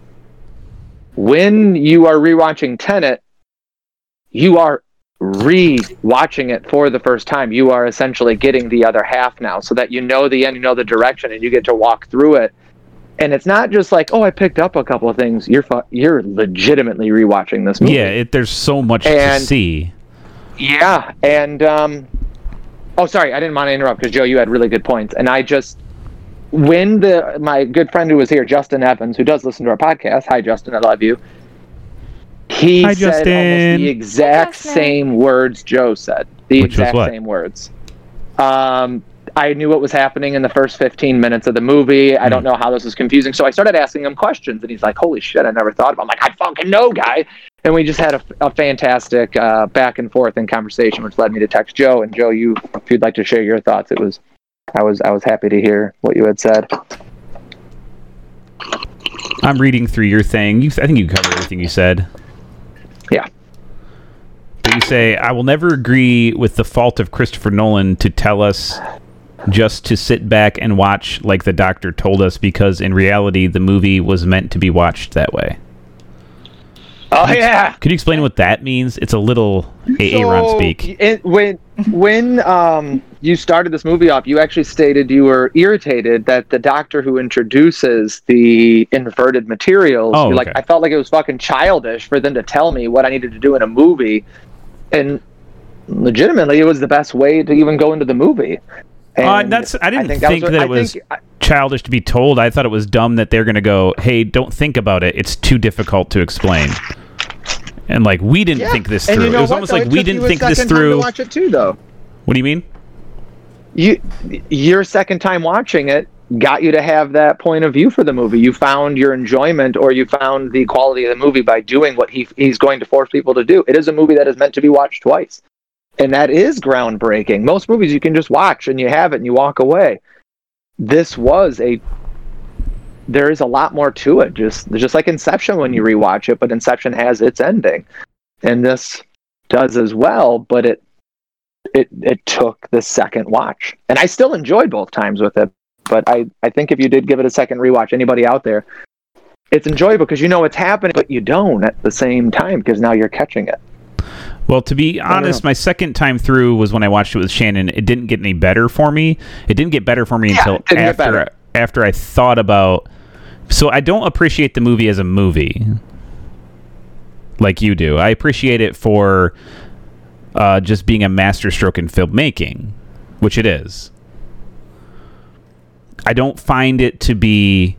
[SPEAKER 9] When you are rewatching Tenet, you are re-watching it for the first time you are essentially getting the other half now so that you know the end you know the direction and you get to walk through it and it's not just like oh i picked up a couple of things you're fu- you're legitimately rewatching this movie
[SPEAKER 1] Yeah, it, there's so much
[SPEAKER 9] And-
[SPEAKER 1] to see.
[SPEAKER 9] yeah, and um, oh, sorry, I didn't want to interrupt because Joe, you had really good points, and I just when the my good friend who was here, Justin Evans, who does listen to our podcast. Hi, Justin, I love you. He
[SPEAKER 1] Hi,
[SPEAKER 9] said
[SPEAKER 1] Justin.
[SPEAKER 9] almost the exact
[SPEAKER 3] Justin.
[SPEAKER 9] same words Joe said. The
[SPEAKER 1] Which was
[SPEAKER 9] exact
[SPEAKER 1] what?
[SPEAKER 9] same words. Um, I knew what was happening in the first 15 minutes of the movie. I don't
[SPEAKER 1] Hmm.
[SPEAKER 9] know how this is confusing. So I started asking him questions, and he's like, Holy shit, I never thought of it. I'm like, I fucking know, guy. And we just had a, a fantastic uh, back and forth in conversation, which led me to text Joe. And Joe, you, if you'd like to share your thoughts, it was, I was, I was happy to hear what you had said.
[SPEAKER 1] I'm reading through your thing. You, I think you covered everything you said.
[SPEAKER 9] Yeah.
[SPEAKER 1] But you say, I will never agree with the fault of Christopher Nolan to tell us just to sit back and watch like the doctor told us, because in reality, the movie was meant to be watched that way.
[SPEAKER 9] Oh yeah.
[SPEAKER 1] Could you explain what that means? It's a little Aaron
[SPEAKER 9] So,
[SPEAKER 1] speak.
[SPEAKER 9] It, when when um, you started this movie off, you actually stated you were irritated that the doctor who introduces the inverted materials,
[SPEAKER 1] Oh,
[SPEAKER 9] you're like
[SPEAKER 1] okay.
[SPEAKER 9] I felt like it was fucking childish for them to tell me what I needed to do in a movie, and legitimately, it was the best way to even go into the movie.
[SPEAKER 1] Uh, that's- I didn't think that it was-
[SPEAKER 9] I-
[SPEAKER 1] Childish to be told. I thought it was dumb that they're going to go, hey, don't think about it. It's too difficult to explain. And like, we didn't
[SPEAKER 9] yeah.
[SPEAKER 1] think this
[SPEAKER 9] And
[SPEAKER 1] through.
[SPEAKER 9] you know
[SPEAKER 1] it was
[SPEAKER 9] what,
[SPEAKER 1] almost
[SPEAKER 9] though?
[SPEAKER 1] like
[SPEAKER 9] It
[SPEAKER 1] we
[SPEAKER 9] took
[SPEAKER 1] didn't
[SPEAKER 9] you a
[SPEAKER 1] think this
[SPEAKER 9] second time to
[SPEAKER 1] through.
[SPEAKER 9] Watch it too, though.
[SPEAKER 1] What do you mean?
[SPEAKER 9] you your second time watching it got you to have that point of view for the movie you found your enjoyment or you found the quality of the movie by doing what he, he's going to force people to do it is a movie that is meant to be watched twice and that is groundbreaking most movies you can just watch and you have it and you walk away this was a there is a lot more to it just just like inception when you rewatch it but inception has its ending and this does as well but it it it took the second watch and i still enjoyed both times with it but i i think if you did give it a second rewatch anybody out there it's enjoyable because you know it's happening but you don't at the same time because now you're catching it
[SPEAKER 1] Well, to be
[SPEAKER 9] don't
[SPEAKER 1] honest, my second time through was when I watched it with Shannon. It didn't get any better for me. It didn't get better for me
[SPEAKER 9] it
[SPEAKER 1] until
[SPEAKER 9] didn't get
[SPEAKER 1] after
[SPEAKER 9] better.
[SPEAKER 1] after I thought about. So I don't appreciate the movie as a movie, like you do. I appreciate it for uh, just being a masterstroke in filmmaking, which it is. I don't find it to be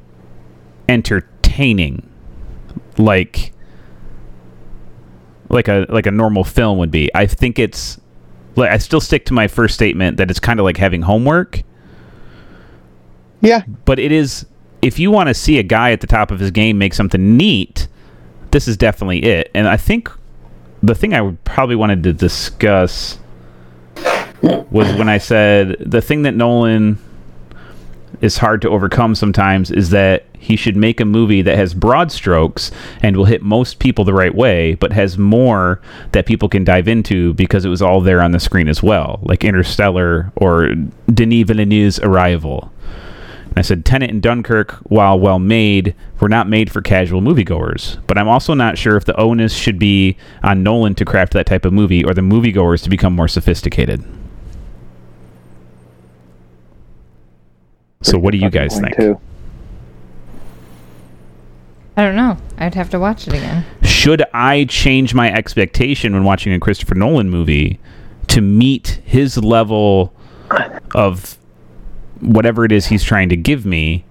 [SPEAKER 1] entertaining, like like a like a normal film would be. I think it's like I still stick to my first statement that it's kind of like having homework
[SPEAKER 9] Yeah.
[SPEAKER 1] But it is if you want to see a guy at the top of his game make something neat, this is definitely it. And I think the thing I would probably wanted to discuss was when I said the thing that Nolan is hard to overcome sometimes is that he should make a movie that has broad strokes and will hit most people the right way, but has more that people can dive into because it was all there on the screen as well, like Interstellar or Denis Villeneuve's Arrival. And I said Tenet and Dunkirk, while well made, were not made for casual moviegoers. But I'm also not sure if the onus should be on Nolan to craft that type of movie or the moviegoers to become more sophisticated. So what do you guys
[SPEAKER 9] Point
[SPEAKER 1] think?
[SPEAKER 9] two.
[SPEAKER 3] I don't know. I'd have to watch it again.
[SPEAKER 1] Should I change my expectation when watching a Christopher Nolan movie to meet his level of whatever it is he's trying to give me?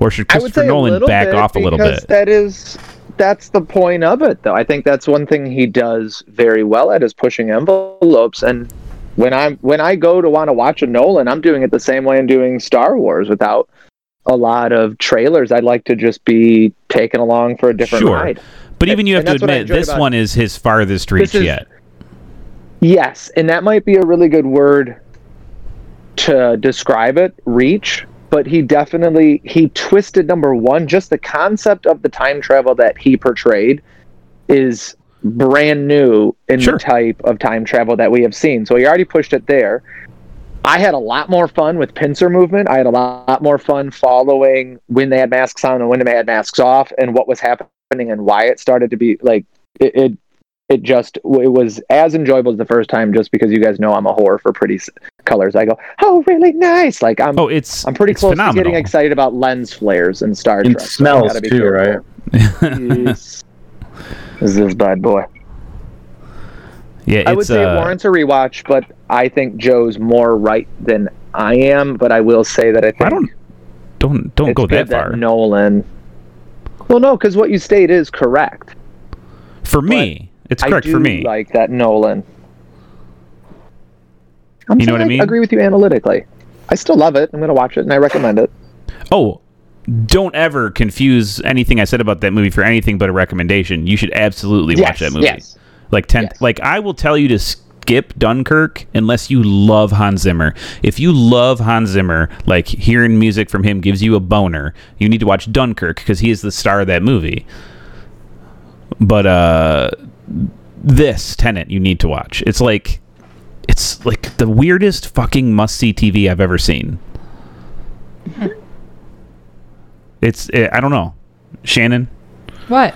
[SPEAKER 1] Or should
[SPEAKER 9] I would
[SPEAKER 1] Christopher
[SPEAKER 9] say a
[SPEAKER 1] Nolan
[SPEAKER 9] little
[SPEAKER 1] back
[SPEAKER 9] bit
[SPEAKER 1] off a little
[SPEAKER 9] because
[SPEAKER 1] bit?
[SPEAKER 9] That is that's the point of it though. I think that's one thing he does very well at is pushing envelopes and when I'm when I go to want to watch a Nolan, I'm doing it the same way I'm doing Star Wars without a lot of trailers. I'd like to just be taken along for a different
[SPEAKER 1] Sure.
[SPEAKER 9] ride.
[SPEAKER 1] But even you have
[SPEAKER 9] And
[SPEAKER 1] to
[SPEAKER 9] that's what I
[SPEAKER 1] admit,
[SPEAKER 9] enjoyed
[SPEAKER 1] this
[SPEAKER 9] about-
[SPEAKER 1] one is his farthest reach
[SPEAKER 9] is-
[SPEAKER 1] yet.
[SPEAKER 9] Yes, and that might be a really good word to describe it, reach, but he definitely he twisted number 1 just the concept of the time travel that he portrayed is brand new in
[SPEAKER 1] Sure.
[SPEAKER 9] the type of time travel that we have seen. So he already pushed it there. I had a lot more fun with pincer movement. I had a lot more fun following when they had masks on and when they had masks off and what was happening and why it started to be like it, it it just it was as enjoyable as the first time just because you guys know I'm a whore for pretty s- colors. I go, oh, really nice. Like I'm
[SPEAKER 1] Oh, it's
[SPEAKER 9] I'm pretty
[SPEAKER 1] it's
[SPEAKER 9] close
[SPEAKER 1] phenomenal.
[SPEAKER 9] to getting excited about lens flares and Star
[SPEAKER 8] And
[SPEAKER 9] Trek. so I
[SPEAKER 8] smells,
[SPEAKER 9] gotta be
[SPEAKER 8] too,
[SPEAKER 9] careful. Yes. Is this bad boy?
[SPEAKER 1] Yeah, it's,
[SPEAKER 9] I would say it
[SPEAKER 1] uh,
[SPEAKER 9] warrants a rewatch, but I think Joe's more right than I am. But I will say that I think
[SPEAKER 1] I don't don't don't
[SPEAKER 9] it's
[SPEAKER 1] go that
[SPEAKER 9] good
[SPEAKER 1] far.
[SPEAKER 9] Nolan. Well, no, because what you state is correct.
[SPEAKER 1] for me, it's
[SPEAKER 9] I
[SPEAKER 1] correct
[SPEAKER 9] do
[SPEAKER 1] for me.
[SPEAKER 9] Like that Nolan. I'm
[SPEAKER 1] You know
[SPEAKER 9] saying
[SPEAKER 1] what I mean?
[SPEAKER 9] Agree with you analytically. I still love it. I'm going to watch it and I recommend it.
[SPEAKER 1] oh, don't ever confuse anything I said about that movie for anything but a recommendation. You should absolutely watch that movie.
[SPEAKER 9] Yes.
[SPEAKER 1] Like ten,
[SPEAKER 9] Yes.
[SPEAKER 1] like I will tell you to skip Dunkirk unless you love Hans Zimmer. If you love Hans Zimmer, like hearing music from him gives you a boner, you need to watch Dunkirk because he is the star of that movie. But uh this Tenet you need to watch. It's like it's like the weirdest fucking must see TV I've ever seen. It's eh, I don't know, Shannon.
[SPEAKER 3] What?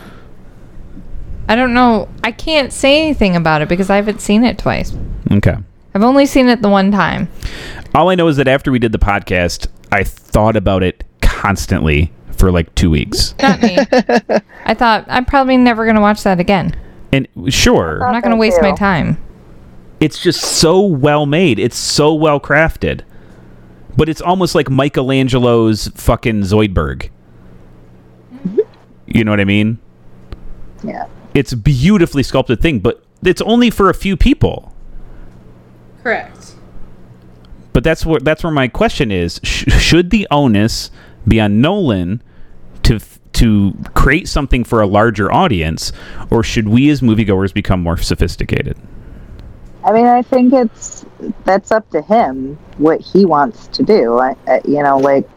[SPEAKER 3] I don't know. I can't say anything about it because I haven't seen it twice.
[SPEAKER 1] Okay.
[SPEAKER 3] I've only seen it the one time.
[SPEAKER 1] All I know is that after we did the podcast, I thought about it constantly for like two weeks.
[SPEAKER 3] Not me. I thought I'm probably never going to watch that again.
[SPEAKER 1] And sure,
[SPEAKER 3] I'm not going to waste my time.
[SPEAKER 1] it's just so well made. It's so well crafted. But it's almost like Michelangelo's fucking Zoidberg. You know what I mean?
[SPEAKER 4] Yeah.
[SPEAKER 1] It's a beautifully sculpted thing, but it's only for a few people.
[SPEAKER 3] Correct.
[SPEAKER 1] But that's where that's where my question is: Sh- Should the onus be on Nolan to f- to create something for a larger audience, or should we as moviegoers become more sophisticated?
[SPEAKER 4] I mean, I think it's that's up to him what he wants to do. I, I, you know, like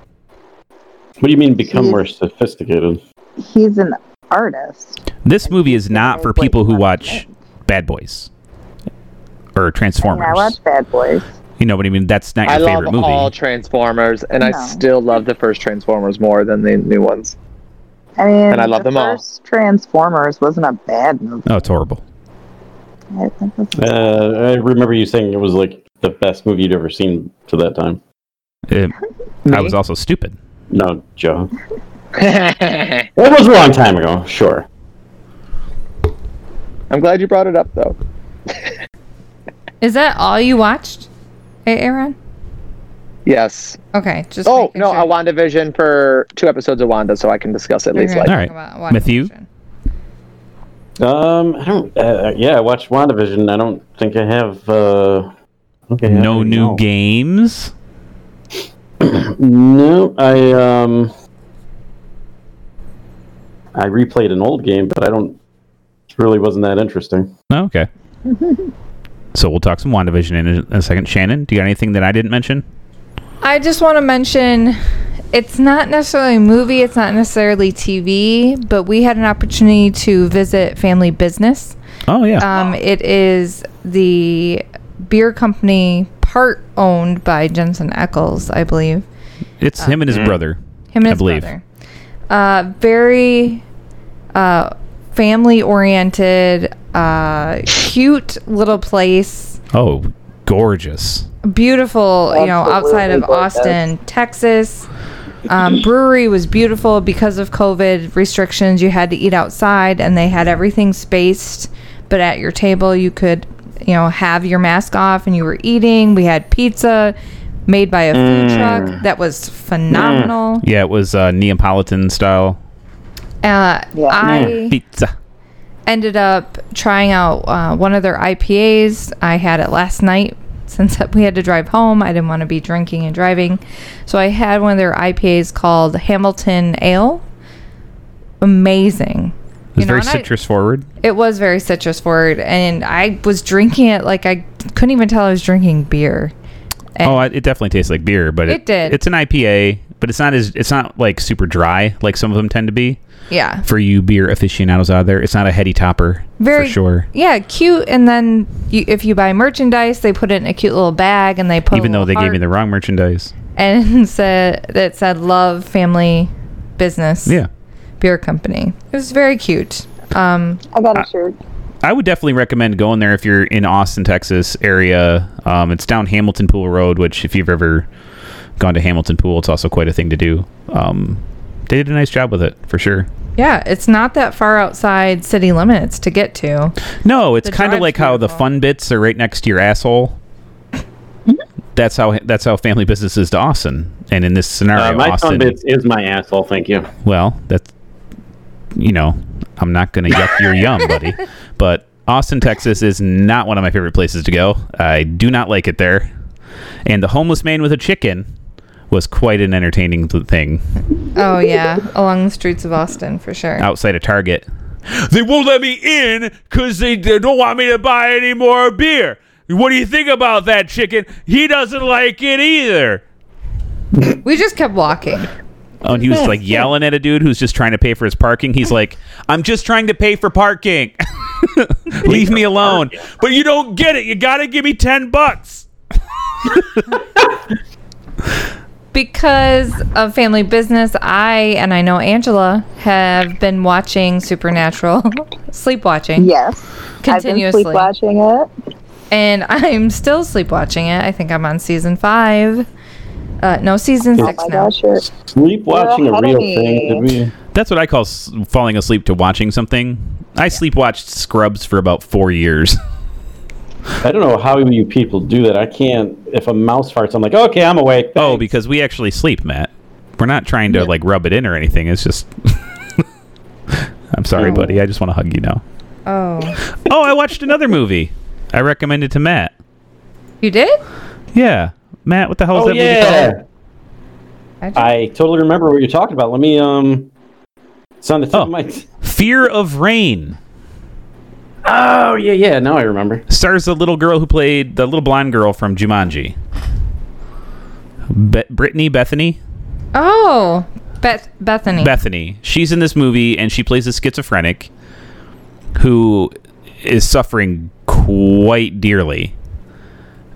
[SPEAKER 8] What do you mean become more sophisticated?
[SPEAKER 4] he's an artist.
[SPEAKER 1] This movie is not for
[SPEAKER 4] Wait,
[SPEAKER 1] people who
[SPEAKER 4] what?
[SPEAKER 1] watch Bad Boys or
[SPEAKER 4] And I
[SPEAKER 1] Transformers.
[SPEAKER 4] watch Bad Boys.
[SPEAKER 1] You know what I mean? That's not
[SPEAKER 9] I
[SPEAKER 1] your
[SPEAKER 9] love
[SPEAKER 1] favorite movie.
[SPEAKER 9] all Transformers, and
[SPEAKER 4] No.
[SPEAKER 9] I still love the first Transformers more than the new ones.
[SPEAKER 4] I mean,
[SPEAKER 9] And I love
[SPEAKER 4] the
[SPEAKER 9] them all.
[SPEAKER 4] first Transformers wasn't a bad movie.
[SPEAKER 1] oh, it's horrible.
[SPEAKER 4] I think it's
[SPEAKER 8] Uh, I remember you saying it was like the best movie you'd ever seen to that time.
[SPEAKER 1] Eh, I
[SPEAKER 9] Me?
[SPEAKER 1] was also stupid.
[SPEAKER 8] No, Joe.
[SPEAKER 9] I'm
[SPEAKER 8] It was a long time ago, sure.
[SPEAKER 9] glad you brought it up, though.
[SPEAKER 3] Is that all you watched, A- Aaron?
[SPEAKER 9] Yes.
[SPEAKER 3] Okay. Just
[SPEAKER 9] Oh
[SPEAKER 3] making
[SPEAKER 9] no,
[SPEAKER 3] sure.
[SPEAKER 9] a WandaVision for two episodes of Wanda, so I can discuss at
[SPEAKER 3] We're
[SPEAKER 9] least
[SPEAKER 3] gonna
[SPEAKER 9] like
[SPEAKER 1] All right.
[SPEAKER 3] talk about one
[SPEAKER 1] Matthew?
[SPEAKER 3] question.
[SPEAKER 8] Um, I don't. Uh, yeah, I watched WandaVision. I don't think I have. Uh, okay,
[SPEAKER 1] no new games.
[SPEAKER 8] no, I um, I replayed an old game, but I don't. It really wasn't that interesting.
[SPEAKER 1] No, okay. so we'll talk some WandaVision in a, a second. Shannon, do you got anything that I didn't mention?
[SPEAKER 3] I just want to mention it's not necessarily a movie, it's not necessarily TV, but we had an opportunity to visit Family Business.
[SPEAKER 1] Oh yeah.
[SPEAKER 3] Um, It is the beer company part owned by Jensen Eccles, I believe.
[SPEAKER 1] it's him and his brother.
[SPEAKER 3] Him and
[SPEAKER 1] I
[SPEAKER 3] his
[SPEAKER 1] believe.
[SPEAKER 3] brother. Uh, very uh, family oriented, uh, cute little place
[SPEAKER 1] Oh, gorgeous.
[SPEAKER 3] beautiful, you know, outside of
[SPEAKER 4] Absolutely gorgeous.
[SPEAKER 3] Austin, Texas. Um, brewery was beautiful because of COVID restrictions. You had to eat outside, and they had everything spaced. But at your table, you could, you know, have your mask off, and you were eating. We had pizza made by a food truck that was phenomenal.
[SPEAKER 1] Yeah, it was uh, Neapolitan style
[SPEAKER 3] Uh, I
[SPEAKER 1] Mm. pizza.
[SPEAKER 3] ended up trying out uh, one of their IPAs. I had it last night since we had to drive home. I didn't want to be drinking and driving. So I had one of their IPAs called Hamilton Ale. Amazing.
[SPEAKER 1] It was
[SPEAKER 3] You know,
[SPEAKER 1] very
[SPEAKER 3] and I-
[SPEAKER 1] citrus forward.
[SPEAKER 3] It was very citrus forward, and I was drinking it like I couldn't even tell I was drinking beer.
[SPEAKER 1] Oh, I- it definitely tastes like beer, but it,
[SPEAKER 3] It did.
[SPEAKER 1] It's an IPA, but it's not as it's not like super dry like some of them tend to be.
[SPEAKER 3] Yeah.
[SPEAKER 1] For you beer aficionados out there, it's not a heady topper
[SPEAKER 3] Very
[SPEAKER 1] for sure.
[SPEAKER 3] Yeah, cute. And then you, if you buy merchandise, they put it in a cute little bag and they put a
[SPEAKER 1] Even though
[SPEAKER 3] little
[SPEAKER 1] they gave me
[SPEAKER 3] heart.
[SPEAKER 1] the wrong merchandise.
[SPEAKER 3] and said that said love family business
[SPEAKER 1] Yeah.
[SPEAKER 3] beer company it was very cute um
[SPEAKER 4] I got a shirt.
[SPEAKER 1] I would definitely recommend going there if you're in Austin, Texas area. Um, it's down Hamilton Pool Road, which if you've ever gone to Hamilton Pool, it's also quite a thing to do. Um, they did a nice job with it for sure.
[SPEAKER 3] yeah it's not that far outside city limits to get to
[SPEAKER 1] No, it's
[SPEAKER 3] The
[SPEAKER 1] kind of
[SPEAKER 3] drive's
[SPEAKER 1] like how the
[SPEAKER 3] beautiful.
[SPEAKER 1] fun bits are right next to your asshole. that's how that's how family business is to Austin, and in this scenario,
[SPEAKER 8] Uh, my
[SPEAKER 1] Austin.
[SPEAKER 8] fun bits is my asshole. Thank you.
[SPEAKER 1] Well, that's you know, I'm not gonna yuck your yum, buddy. But Austin, Texas is not one of my favorite places to go. I do not like it there. And the homeless man with a chicken was quite an entertaining th- thing
[SPEAKER 3] oh yeah along the streets of austin for sure
[SPEAKER 1] outside of Target. They won't let me in because they, they don't want me to buy any more beer. What do you think about that chicken? He doesn't like it either.
[SPEAKER 3] we just kept walking
[SPEAKER 1] Oh, and he was like yelling at a dude who's just trying to pay for his parking. He's like, I'm just trying to pay for parking. Leave me alone. But you don't get it. You got to give me 10 bucks.
[SPEAKER 3] because of family business i and i know angela have been watching supernatural sleep watching
[SPEAKER 4] Yes. I've been
[SPEAKER 3] Continuously.
[SPEAKER 4] sleep watching it. Oh
[SPEAKER 3] and i'm still sleep watching it i think i'm on season five uh no season
[SPEAKER 4] Oh
[SPEAKER 3] six
[SPEAKER 4] my
[SPEAKER 3] now
[SPEAKER 4] gosh, you're
[SPEAKER 8] Sleep watching
[SPEAKER 4] You're
[SPEAKER 8] a
[SPEAKER 4] ahead
[SPEAKER 8] real
[SPEAKER 4] of me.
[SPEAKER 8] thing. Did we?
[SPEAKER 1] That's what I call s- falling asleep to watching something. I sleep watched Scrubs for about four years.
[SPEAKER 8] I don't know how you people do that. I can't. If a mouse farts, I'm like, okay, I'm awake.
[SPEAKER 1] oh, because we actually sleep, Matt. We're not trying to like rub it in or anything. It's just. I'm
[SPEAKER 8] Oh.
[SPEAKER 1] sorry, buddy. I just want to hug you now.
[SPEAKER 3] oh
[SPEAKER 1] Oh, I watched another movie. I recommended to Matt.
[SPEAKER 3] you did
[SPEAKER 1] Yeah. Matt, what the hell is
[SPEAKER 8] Oh
[SPEAKER 1] that movie called?
[SPEAKER 8] yeah. I totally remember what you're talking about. Let me um. It's on the tip
[SPEAKER 1] Oh.
[SPEAKER 8] of my.
[SPEAKER 1] Fear of Rain
[SPEAKER 8] oh yeah, yeah. Now I remember.
[SPEAKER 1] stars the little girl who played the little blonde girl from Jumanji. Be- Brittany Bethany
[SPEAKER 3] Oh, Beth Bethany.
[SPEAKER 1] Bethany. She's in this movie and she plays a schizophrenic who is suffering quite dearly.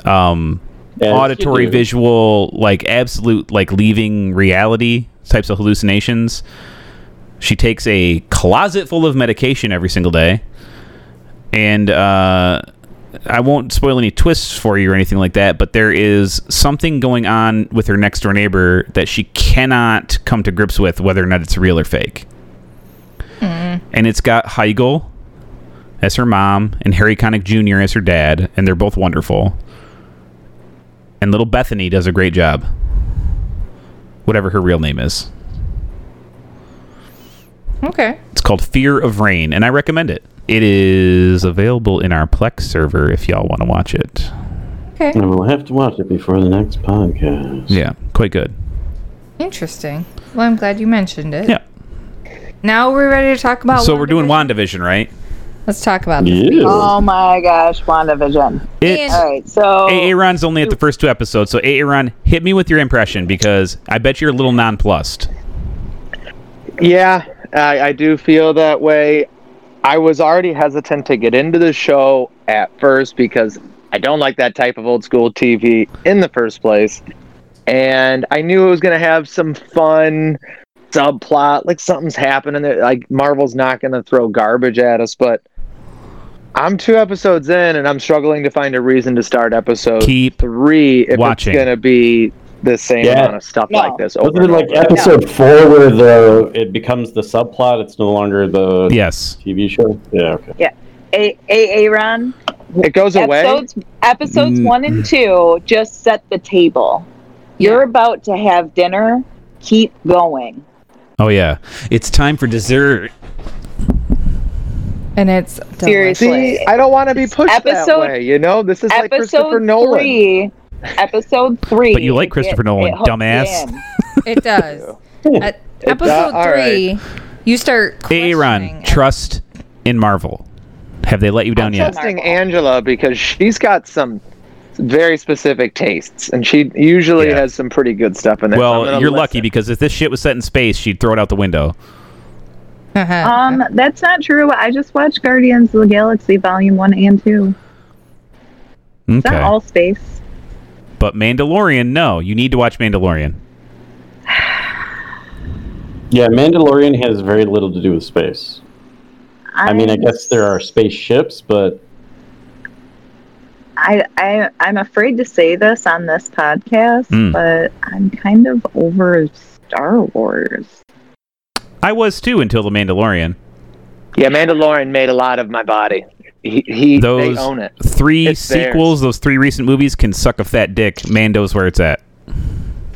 [SPEAKER 1] Um,
[SPEAKER 8] Yeah,
[SPEAKER 1] auditory,
[SPEAKER 8] you do.
[SPEAKER 1] visual, like absolute, like leaving reality types of hallucinations. She takes a closet full of medication every single day, and uh, I won't spoil any twists for you or anything like that. But there is something going on with her next door neighbor that she cannot come to grips with, whether or not it's real or fake. And it's got Heigl as her mom and Harry Connick Jr. as her dad, and they're both wonderful and little Bethany does a great job. Whatever her real name is.
[SPEAKER 3] Okay.
[SPEAKER 1] It's called Fear of Rain, and I recommend it. It is available in our Plex server if y'all want to watch it.
[SPEAKER 3] Okay.
[SPEAKER 1] Mm.
[SPEAKER 8] I will have to watch it before the next podcast.
[SPEAKER 1] Yeah. quite good.
[SPEAKER 3] Interesting. Well, I'm glad you mentioned it.
[SPEAKER 1] Yeah.
[SPEAKER 3] Now we're ready to talk about.
[SPEAKER 1] so we're doing WandaVision,
[SPEAKER 3] WandaVision?
[SPEAKER 1] right?
[SPEAKER 3] Let's talk about this.
[SPEAKER 8] Yeah.
[SPEAKER 4] Oh my gosh, WandaVision.
[SPEAKER 1] It's
[SPEAKER 4] All right, so
[SPEAKER 1] Aaron's only at the first two episodes. So Aaron, hit me with your impression because I bet you're a little nonplussed.
[SPEAKER 9] Yeah, I, I do feel that way. I was already hesitant to get into the show at first because I don't like that type of old school TV in the first place. And I knew it was going to have some fun subplot, like something's happening there. Like Marvel's not going to throw garbage at us, but I'm two episodes in and I'm struggling to find a reason to start episode
[SPEAKER 1] Keep
[SPEAKER 9] Oh, three if
[SPEAKER 1] watching.
[SPEAKER 9] it's going to be the same
[SPEAKER 8] Yeah.
[SPEAKER 9] amount of stuff
[SPEAKER 4] No.
[SPEAKER 9] like this. over
[SPEAKER 8] Wasn't it
[SPEAKER 9] and
[SPEAKER 8] like
[SPEAKER 9] over.
[SPEAKER 8] episode four where the it becomes the subplot? It's no longer the
[SPEAKER 1] Yes.
[SPEAKER 8] TV show. Yeah. Okay.
[SPEAKER 4] A- A- Aaron,
[SPEAKER 9] It goes away.
[SPEAKER 4] episodes, episodes
[SPEAKER 1] Mm.
[SPEAKER 4] one and two just set the table. You're about to have dinner. Keep going.
[SPEAKER 1] Oh yeah. It's time for dessert.
[SPEAKER 3] And it's
[SPEAKER 4] Seriously.
[SPEAKER 9] See, I don't want to be pushed that
[SPEAKER 4] Episode-
[SPEAKER 9] way. You know, this is like Christopher
[SPEAKER 4] episode
[SPEAKER 9] Nolan.
[SPEAKER 4] three. Episode three.
[SPEAKER 1] But you like Christopher Nolan,
[SPEAKER 4] hooks
[SPEAKER 1] dumbass.
[SPEAKER 4] you in.
[SPEAKER 3] It does. At
[SPEAKER 9] does-
[SPEAKER 3] episode
[SPEAKER 9] all
[SPEAKER 3] three,
[SPEAKER 9] right.
[SPEAKER 3] you start.
[SPEAKER 1] Aaron,
[SPEAKER 3] questioning
[SPEAKER 1] trust in Marvel. Have they let you down yet?
[SPEAKER 9] Trusting Angela because she's got some very specific tastes, and she usually
[SPEAKER 1] Yeah.
[SPEAKER 9] has some pretty good stuff in there. so I'm
[SPEAKER 1] Well,
[SPEAKER 9] gonna
[SPEAKER 1] you're
[SPEAKER 9] listen.
[SPEAKER 1] lucky because if this shit was set in space, she'd throw it out the window.
[SPEAKER 3] Uh-huh.
[SPEAKER 4] Um, that's not true. I just watched Guardians of the Galaxy Volume One and Two. Is that
[SPEAKER 1] Okay.
[SPEAKER 4] all space?
[SPEAKER 1] But Mandalorian, no, you need to watch Mandalorian.
[SPEAKER 8] Yeah. Mandalorian has very little to do with space. I mean, I
[SPEAKER 4] I'm-
[SPEAKER 8] guess there are spaceships, but
[SPEAKER 4] I, I I'm afraid to say this on this podcast,
[SPEAKER 1] Mm.
[SPEAKER 4] but I'm kind of over Star Wars.
[SPEAKER 1] I was too until the Mandalorian.
[SPEAKER 9] Yeah, Mandalorian made a lot of my body. He, he
[SPEAKER 1] Those
[SPEAKER 9] they own it.
[SPEAKER 1] three
[SPEAKER 9] It's theirs.
[SPEAKER 1] sequels, those three recent movies can suck a fat dick. Mando's where it's at.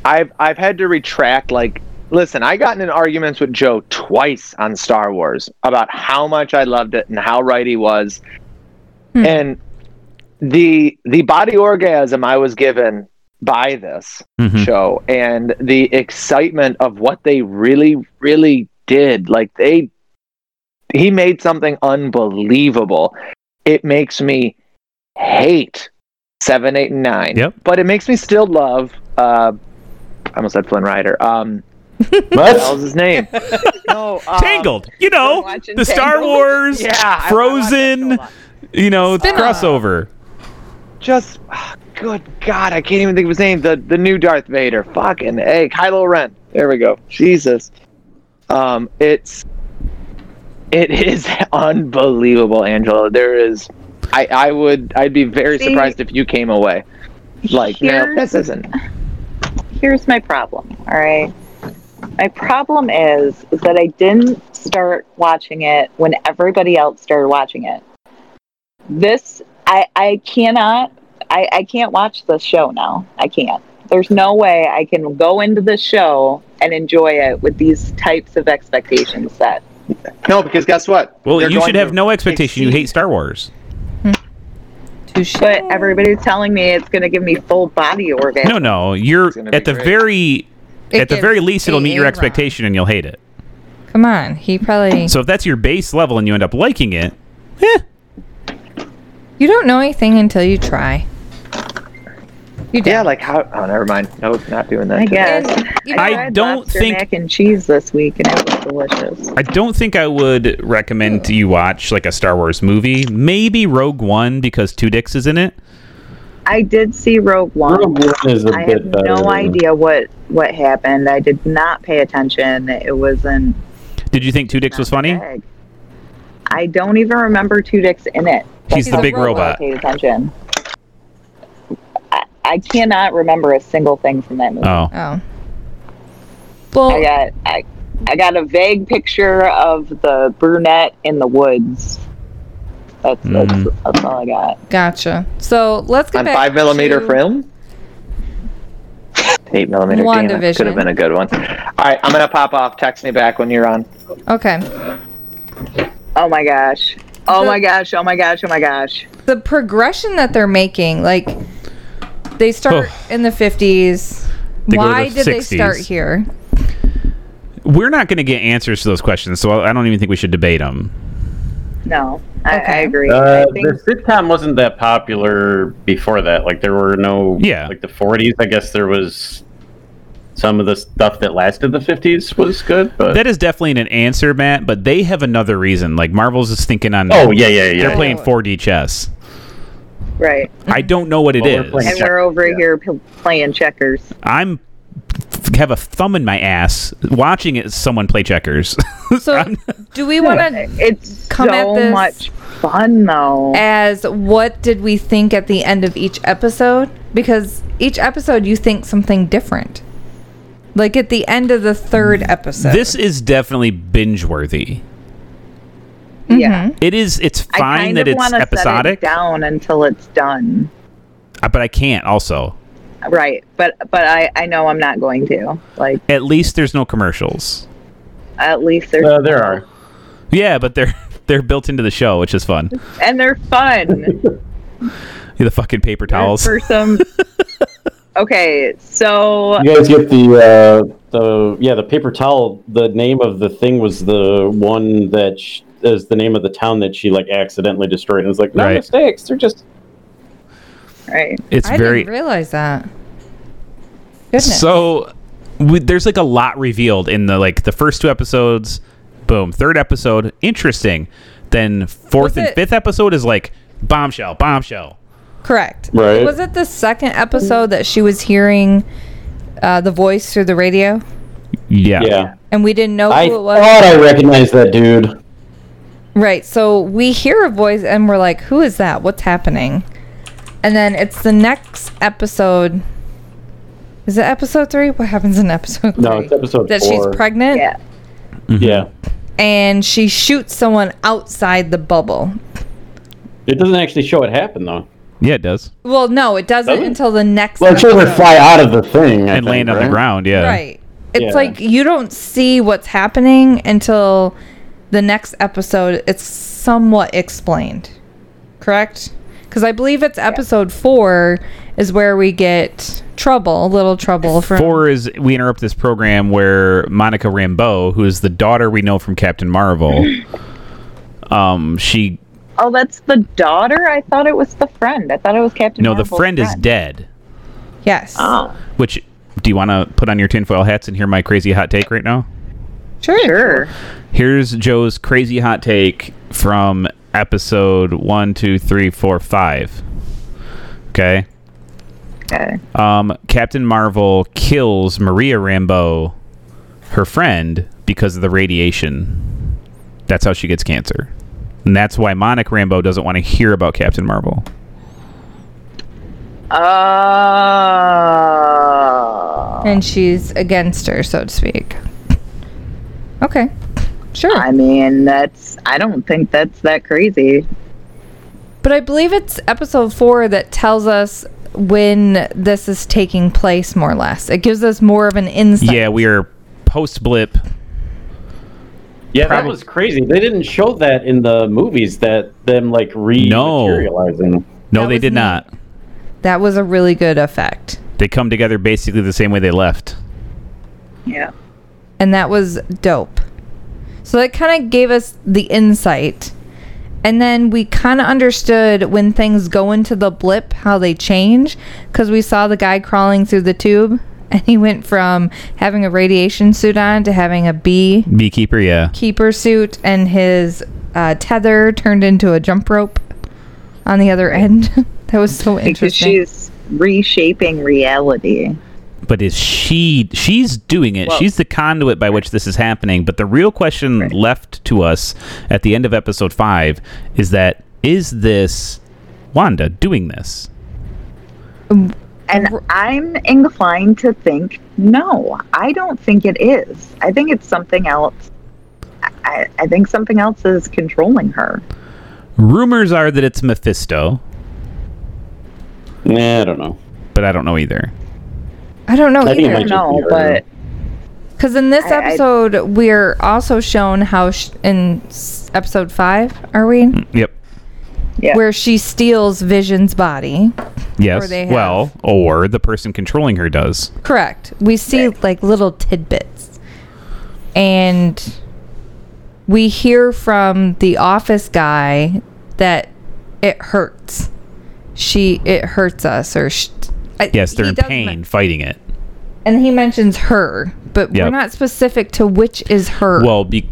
[SPEAKER 9] I've I've had to retract. Like, listen, I gotten in arguments with Joe twice on Star Wars about how much I loved it and how right he was, and the the body orgasm I was given by this
[SPEAKER 1] Mhm.
[SPEAKER 9] show and the excitement of what they really really did. Like they, he made something unbelievable. It makes me hate seven, eight, and nine.
[SPEAKER 1] Yep.
[SPEAKER 9] But it makes me still love. Uh, I almost said Flynn Rider. Um, what the hell's
[SPEAKER 8] but
[SPEAKER 9] his name? no, um,
[SPEAKER 1] Tangled, you know, the
[SPEAKER 4] watching
[SPEAKER 1] Star
[SPEAKER 4] Tangled.
[SPEAKER 1] Wars,
[SPEAKER 9] Yeah, I- I watched that show a
[SPEAKER 1] Frozen,
[SPEAKER 9] lot.
[SPEAKER 1] you know,
[SPEAKER 3] Spin-off.
[SPEAKER 1] crossover.
[SPEAKER 9] Just ah, good God, I can't even think of his name. The the new Darth Vader. Fucking hey, Kylo Ren. There we go. Jesus. Um, it's it is unbelievable, Angela. There is. I, I would I'd be very
[SPEAKER 4] See?
[SPEAKER 9] surprised if you came away like no
[SPEAKER 4] Here's-
[SPEAKER 9] this isn't
[SPEAKER 4] Here's my problem. All right, my problem is is that I didn't start watching it when everybody else started watching it. This I I cannot I I can't watch this show now. I can't. There's no way I can go into this show and enjoy it with these types of expectations set.
[SPEAKER 9] no because guess what
[SPEAKER 1] Well,
[SPEAKER 9] They're
[SPEAKER 1] you
[SPEAKER 9] going
[SPEAKER 1] should
[SPEAKER 9] to
[SPEAKER 1] have no expectation. You
[SPEAKER 9] exceed-
[SPEAKER 1] hate Star Wars.
[SPEAKER 3] Touche.
[SPEAKER 4] But everybody's telling me it's going to give me full body orgasm.
[SPEAKER 1] No, no, you're
[SPEAKER 9] gonna be
[SPEAKER 1] at the
[SPEAKER 9] great.
[SPEAKER 1] very
[SPEAKER 3] It
[SPEAKER 1] at the
[SPEAKER 3] gives
[SPEAKER 1] very least, it'll meet your
[SPEAKER 3] AA
[SPEAKER 1] expectation and you'll hate it.
[SPEAKER 3] wrong. Come on, he probably.
[SPEAKER 1] So if that's your base level and you end up liking it,
[SPEAKER 3] You don't know anything until you try. You do.
[SPEAKER 9] yeah like how oh never mind no not doing that
[SPEAKER 4] I
[SPEAKER 9] today.
[SPEAKER 4] guess.
[SPEAKER 3] You
[SPEAKER 1] I
[SPEAKER 3] know,
[SPEAKER 4] tried
[SPEAKER 1] don't
[SPEAKER 4] lobster
[SPEAKER 1] think-
[SPEAKER 4] mac and cheese this week, and it was delicious.
[SPEAKER 1] I don't think I would recommend you watch like a Star Wars movie. Maybe Rogue One because Two Dicks is in it.
[SPEAKER 4] I did see Rogue One.
[SPEAKER 8] Rogue One is a
[SPEAKER 4] I
[SPEAKER 8] bit
[SPEAKER 4] have
[SPEAKER 8] better.
[SPEAKER 4] no
[SPEAKER 8] than-
[SPEAKER 4] idea what what happened. I did not pay attention. It wasn't.
[SPEAKER 1] Did you think Two Dicks was funny?
[SPEAKER 4] big. I don't even remember two dicks in it.
[SPEAKER 1] He's
[SPEAKER 3] He's
[SPEAKER 1] the
[SPEAKER 3] a
[SPEAKER 1] big
[SPEAKER 4] I
[SPEAKER 1] robot.
[SPEAKER 4] paid attention. I, I cannot remember a single thing from that movie.
[SPEAKER 1] Oh,
[SPEAKER 3] Oh. Well,
[SPEAKER 4] I got I, I got a vague picture of the brunette in the woods. That's
[SPEAKER 1] Hmm.
[SPEAKER 4] that's, that's all I got.
[SPEAKER 3] gotcha. So let's get
[SPEAKER 9] on
[SPEAKER 3] back
[SPEAKER 9] five millimeter
[SPEAKER 3] to-
[SPEAKER 9] film. Eight millimeter. Damn it.
[SPEAKER 3] WandaVision.
[SPEAKER 9] Could have been a good one. All right, I'm gonna pop off. Text me back when you're on.
[SPEAKER 3] Okay.
[SPEAKER 4] Oh my gosh. Oh
[SPEAKER 3] The-
[SPEAKER 4] my gosh. Oh my gosh. Oh my gosh.
[SPEAKER 3] the progression that they're making, like they start in the fifties,
[SPEAKER 1] They go to
[SPEAKER 3] Why
[SPEAKER 1] the
[SPEAKER 3] did they start
[SPEAKER 1] 60s.
[SPEAKER 3] here?
[SPEAKER 1] We're not going to get answers to those questions, so I I don't even think we should debate them.
[SPEAKER 4] No, I, I
[SPEAKER 3] Okay.
[SPEAKER 4] agree.
[SPEAKER 8] Uh,
[SPEAKER 4] I think
[SPEAKER 8] the sitcom wasn't that popular before that. Like there were no
[SPEAKER 1] Yeah.
[SPEAKER 8] like the 40s. I guess there was some of the stuff that lasted the 50s was good, but
[SPEAKER 1] That is definitely an answer, Matt, but they have another reason. Like Marvel's is thinking on.
[SPEAKER 8] oh yeah, yeah, yeah.
[SPEAKER 1] they're playing 4D chess.
[SPEAKER 4] right,
[SPEAKER 1] I don't know what it
[SPEAKER 8] Well, we're
[SPEAKER 1] is.
[SPEAKER 8] playing-
[SPEAKER 4] and we're over here p- playing checkers.
[SPEAKER 1] I'm f- have a thumb in my ass watching it, someone play checkers.
[SPEAKER 3] So, do we want to
[SPEAKER 4] It's
[SPEAKER 3] Come
[SPEAKER 4] so
[SPEAKER 3] at this-
[SPEAKER 4] much fun though.
[SPEAKER 3] as what did we think at the end of each episode? Because each episode you think something different. Like at the end of the third episode.
[SPEAKER 1] Mm. this is definitely binge worthy.
[SPEAKER 3] mm-hmm.
[SPEAKER 4] Yeah,
[SPEAKER 1] It is. It's
[SPEAKER 4] I
[SPEAKER 1] fine
[SPEAKER 4] kind
[SPEAKER 1] that
[SPEAKER 4] of
[SPEAKER 1] it's
[SPEAKER 4] want to set it
[SPEAKER 1] episodic,
[SPEAKER 4] down until it's done.
[SPEAKER 1] uh, but I can't. Also,
[SPEAKER 4] Right, but but I I know I'm not going to. Like
[SPEAKER 1] at least there's no commercials.
[SPEAKER 4] at least there's
[SPEAKER 8] Uh, there are.
[SPEAKER 1] Yeah, but they're they're built into the show, which is fun.
[SPEAKER 4] and they're fun.
[SPEAKER 1] The fucking paper towels.
[SPEAKER 4] for some. okay, so
[SPEAKER 8] You guys get the uh, the yeah the paper towel. The name of the thing was the one that sh- is the name of the town that she like accidentally destroyed. And it's like no
[SPEAKER 1] Right.
[SPEAKER 8] mistakes. They're just
[SPEAKER 4] right,
[SPEAKER 1] It's
[SPEAKER 3] I
[SPEAKER 1] very
[SPEAKER 3] didn't realize that. Goodness.
[SPEAKER 1] So we, there's like a lot revealed in the like the first two episodes. Boom. Third episode, interesting. Then fourth
[SPEAKER 3] Was
[SPEAKER 1] and
[SPEAKER 3] it-
[SPEAKER 1] fifth episode is like bombshell, bombshell.
[SPEAKER 3] Correct.
[SPEAKER 8] Right.
[SPEAKER 3] Was it the second episode that she was hearing uh, the voice through the radio?
[SPEAKER 1] Yeah.
[SPEAKER 8] yeah.
[SPEAKER 3] And we didn't know
[SPEAKER 8] I
[SPEAKER 3] who it was.
[SPEAKER 8] thought I recognized that dude.
[SPEAKER 3] Right. So we hear a voice and we're like, who is that? What's happening? And then it's the next episode. Is it episode three? What happens in episode three?
[SPEAKER 8] No, it's episode
[SPEAKER 3] that
[SPEAKER 8] four.
[SPEAKER 3] she's pregnant
[SPEAKER 4] yeah,
[SPEAKER 1] Mm-hmm.
[SPEAKER 8] Yeah.
[SPEAKER 3] and she shoots someone outside the bubble.
[SPEAKER 8] It doesn't actually show it happen though.
[SPEAKER 1] Yeah, it does.
[SPEAKER 3] Well, no, it doesn't
[SPEAKER 8] Doesn't?
[SPEAKER 3] until the next
[SPEAKER 2] Well, it shows her
[SPEAKER 3] episode.
[SPEAKER 2] fly out of the thing I
[SPEAKER 1] and land
[SPEAKER 2] think,
[SPEAKER 1] on
[SPEAKER 2] right?
[SPEAKER 1] the ground, yeah.
[SPEAKER 3] Right. It's
[SPEAKER 8] Yeah.
[SPEAKER 3] like you don't see what's happening until the next episode. It's somewhat explained, correct? Because I believe it's episode four is where we get trouble, little trouble from.
[SPEAKER 1] Four is we interrupt this program where Monica Rambeau, who is the daughter we know from Captain Marvel, um, she
[SPEAKER 4] Oh, that's the daughter. I thought it was the friend. I thought it was Captain.
[SPEAKER 1] no, the
[SPEAKER 4] Marvel's
[SPEAKER 1] friend is dead.
[SPEAKER 3] Yes.
[SPEAKER 4] Oh,
[SPEAKER 1] Which do you want to put on your tinfoil hats and hear my crazy hot take right now?
[SPEAKER 3] sure.
[SPEAKER 4] sure.
[SPEAKER 1] Here's Joe's crazy hot take from episode one, two, three, four, five. Okay.
[SPEAKER 4] Okay.
[SPEAKER 1] Um, Captain Marvel kills Maria Rambeau, her friend, because of the radiation. That's how she gets cancer. And that's why Monica Rambeau doesn't want to hear about Captain Marvel.
[SPEAKER 4] Uh, Oh,
[SPEAKER 3] And she's against her, so to speak. Okay. Sure.
[SPEAKER 4] I mean, that's. I don't think that's that crazy.
[SPEAKER 3] But I believe it's episode four that tells us when this is taking place, more or less. It gives us more of an insight.
[SPEAKER 1] Yeah, we are post blip.
[SPEAKER 8] Yeah, that
[SPEAKER 1] Probably-
[SPEAKER 8] was crazy. They didn't show that in the movies. That them like re
[SPEAKER 1] No.
[SPEAKER 8] materializing.
[SPEAKER 1] No,
[SPEAKER 3] That
[SPEAKER 1] they
[SPEAKER 3] was
[SPEAKER 1] did
[SPEAKER 3] neat.
[SPEAKER 1] not.
[SPEAKER 3] That was a really good effect.
[SPEAKER 1] They come together basically the same way they left.
[SPEAKER 4] Yeah.
[SPEAKER 3] And that was dope. So that kind of gave us the insight. And then we kind of understood when things go into the blip, how they change. Because we saw the guy crawling through the tube, and he went from having a radiation suit on to having a bee
[SPEAKER 1] Beekeeper, yeah.
[SPEAKER 3] keeper suit, and his uh, tether turned into a jump rope on the other end. that was so
[SPEAKER 4] Because
[SPEAKER 3] interesting.
[SPEAKER 4] she's reshaping reality.
[SPEAKER 1] But is she? She's doing it. she's the conduit by which this is happening. But the real question left to us at the end of episode five is that is this Wanda doing this?
[SPEAKER 4] And I'm inclined to think no, I don't think it is. I think it's something else. I- I, I think something else is controlling her.
[SPEAKER 1] Rumors are that it's Mephisto,
[SPEAKER 8] Nah, I don't know.
[SPEAKER 1] but I don't know either.
[SPEAKER 3] I don't know
[SPEAKER 8] I think it
[SPEAKER 4] I
[SPEAKER 3] either.
[SPEAKER 8] might
[SPEAKER 4] don't know,
[SPEAKER 8] just be her.
[SPEAKER 4] but
[SPEAKER 3] Because in this
[SPEAKER 4] I- I-
[SPEAKER 3] episode, we're also shown how sh- in s- episode five, are we?
[SPEAKER 1] Yep.
[SPEAKER 4] Yeah.
[SPEAKER 3] Where she steals Vision's body
[SPEAKER 1] Yes.
[SPEAKER 3] Or they have-
[SPEAKER 1] Well, or the person controlling her does.
[SPEAKER 3] Correct. We see like little tidbits. And we hear from the office guy that it hurts. She it hurts us or sh- I-
[SPEAKER 1] Yes, they're
[SPEAKER 3] he
[SPEAKER 1] in
[SPEAKER 3] does
[SPEAKER 1] pain
[SPEAKER 3] men-
[SPEAKER 1] fighting it.
[SPEAKER 3] and he mentions her, but we're
[SPEAKER 1] Yep.
[SPEAKER 3] not specific to which is her.
[SPEAKER 1] Well, be,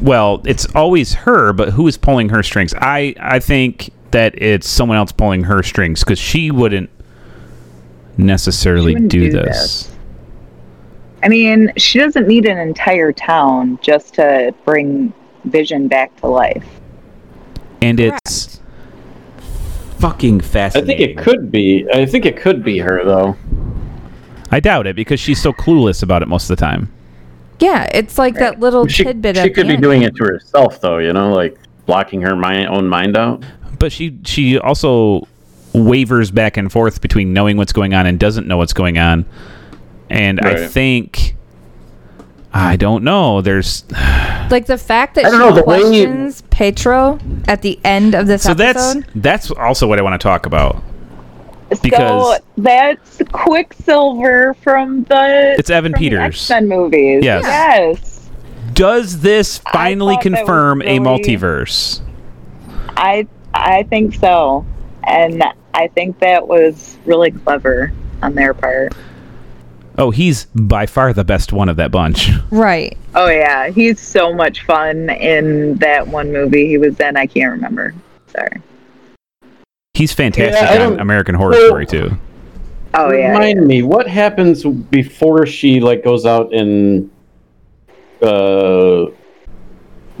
[SPEAKER 1] well, it's always her, but who is pulling her strings? I I think that it's someone else pulling her strings because she wouldn't necessarily
[SPEAKER 4] She wouldn't
[SPEAKER 1] do,
[SPEAKER 4] do
[SPEAKER 1] this.
[SPEAKER 4] I mean, she doesn't need an entire town just to bring Vision back to life.
[SPEAKER 1] and it's fucking
[SPEAKER 8] I think
[SPEAKER 1] fascinating.
[SPEAKER 8] it could be. I think it could be her though.
[SPEAKER 1] I doubt it because she's so clueless about it most of the time.
[SPEAKER 3] yeah, it's like that little
[SPEAKER 8] She,
[SPEAKER 3] tidbit.
[SPEAKER 8] she
[SPEAKER 3] at
[SPEAKER 8] could
[SPEAKER 3] the
[SPEAKER 8] be
[SPEAKER 3] end.
[SPEAKER 8] doing it to herself though. You know, like blocking her my own mind out.
[SPEAKER 1] But she she also wavers back and forth between knowing what's going on and doesn't know what's going on. And I
[SPEAKER 8] Right.
[SPEAKER 1] think I don't know. There's
[SPEAKER 3] like the fact that
[SPEAKER 8] I don't
[SPEAKER 3] she
[SPEAKER 8] know, the way you-
[SPEAKER 3] questions Petro at the end of this
[SPEAKER 1] so
[SPEAKER 3] episode.
[SPEAKER 1] that's that's also what I want to talk about. Because-
[SPEAKER 4] so that's Quicksilver from the
[SPEAKER 1] It's Evan
[SPEAKER 4] from the
[SPEAKER 1] Peters.
[SPEAKER 4] X-Men movies.
[SPEAKER 1] Yes.
[SPEAKER 4] Yes.
[SPEAKER 1] Does this finally
[SPEAKER 4] thought that was
[SPEAKER 1] confirm a
[SPEAKER 4] really-
[SPEAKER 1] multiverse?
[SPEAKER 4] I I think so. And I think that was really clever on their part.
[SPEAKER 1] Oh, he's by far the best one of that bunch.
[SPEAKER 3] right.
[SPEAKER 4] Oh yeah, he's so much fun in that one movie he was in. I can't remember. Sorry.
[SPEAKER 1] He's fantastic
[SPEAKER 8] Yeah, I
[SPEAKER 1] on
[SPEAKER 8] don't-
[SPEAKER 1] American Horror
[SPEAKER 8] Well-
[SPEAKER 1] Story too.
[SPEAKER 4] Oh yeah.
[SPEAKER 8] Remind me, what happens before she like goes out and uh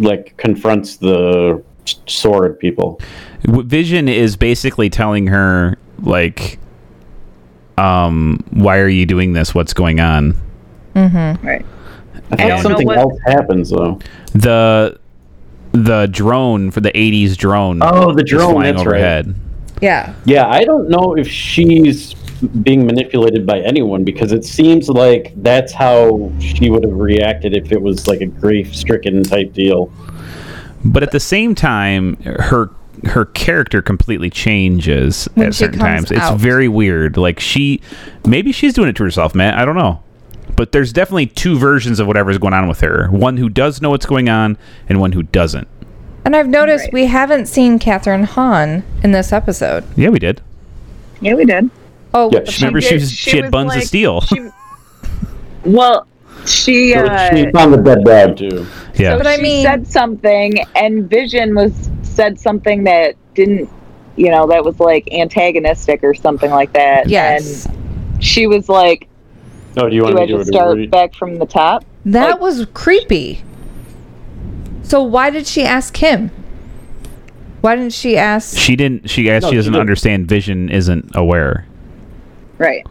[SPEAKER 8] like confronts the sword people?
[SPEAKER 1] W- Vision is basically telling her like um why are you doing this? What's going on?
[SPEAKER 4] Right.
[SPEAKER 8] I
[SPEAKER 4] don't
[SPEAKER 8] thought
[SPEAKER 4] know
[SPEAKER 8] something
[SPEAKER 4] what-
[SPEAKER 8] else happens though.
[SPEAKER 1] The the drone for the 80s drone
[SPEAKER 8] Oh, the
[SPEAKER 1] is
[SPEAKER 8] drone,
[SPEAKER 1] flying
[SPEAKER 8] that's right.
[SPEAKER 1] overhead.
[SPEAKER 3] Yeah.
[SPEAKER 8] Yeah, I don't know if she's being manipulated by anyone because it seems like that's how she would have reacted if it was like a grief-stricken type deal.
[SPEAKER 1] But at the same time her her character completely changes
[SPEAKER 3] When
[SPEAKER 1] at
[SPEAKER 3] she
[SPEAKER 1] certain
[SPEAKER 3] comes
[SPEAKER 1] times. It's
[SPEAKER 3] out.
[SPEAKER 1] very weird. Like she maybe she's doing it to herself, man. I don't know. But there's definitely two versions of whatever's going on with her. One who does know what's going on and one who doesn't.
[SPEAKER 3] And I've noticed we haven't seen Catherine Hahn in this episode.
[SPEAKER 1] Yeah, we did.
[SPEAKER 4] Yeah, we did.
[SPEAKER 3] Oh,
[SPEAKER 8] Yeah,
[SPEAKER 3] with the
[SPEAKER 8] she-
[SPEAKER 3] pink-
[SPEAKER 1] Remember she
[SPEAKER 4] did-
[SPEAKER 1] was she, had buns
[SPEAKER 4] like-
[SPEAKER 1] of steel.
[SPEAKER 4] she- well, she uh,
[SPEAKER 8] She found the dead dog too.
[SPEAKER 1] yeah.
[SPEAKER 3] but I mean,
[SPEAKER 4] said something, and Vision was said something that didn't, you know, that was like antagonistic or something like that.
[SPEAKER 3] yes,
[SPEAKER 4] And she was like,
[SPEAKER 8] Oh, do you want
[SPEAKER 4] "Do I
[SPEAKER 8] me to
[SPEAKER 4] just
[SPEAKER 8] do
[SPEAKER 4] start
[SPEAKER 8] it?
[SPEAKER 4] back from the top?"
[SPEAKER 3] that was creepy. So why did she ask him? Why didn't she ask?
[SPEAKER 1] She didn't. She guess
[SPEAKER 8] No,
[SPEAKER 1] she
[SPEAKER 8] she
[SPEAKER 1] doesn't
[SPEAKER 8] didn't.
[SPEAKER 1] understand. Vision isn't aware.
[SPEAKER 4] Right.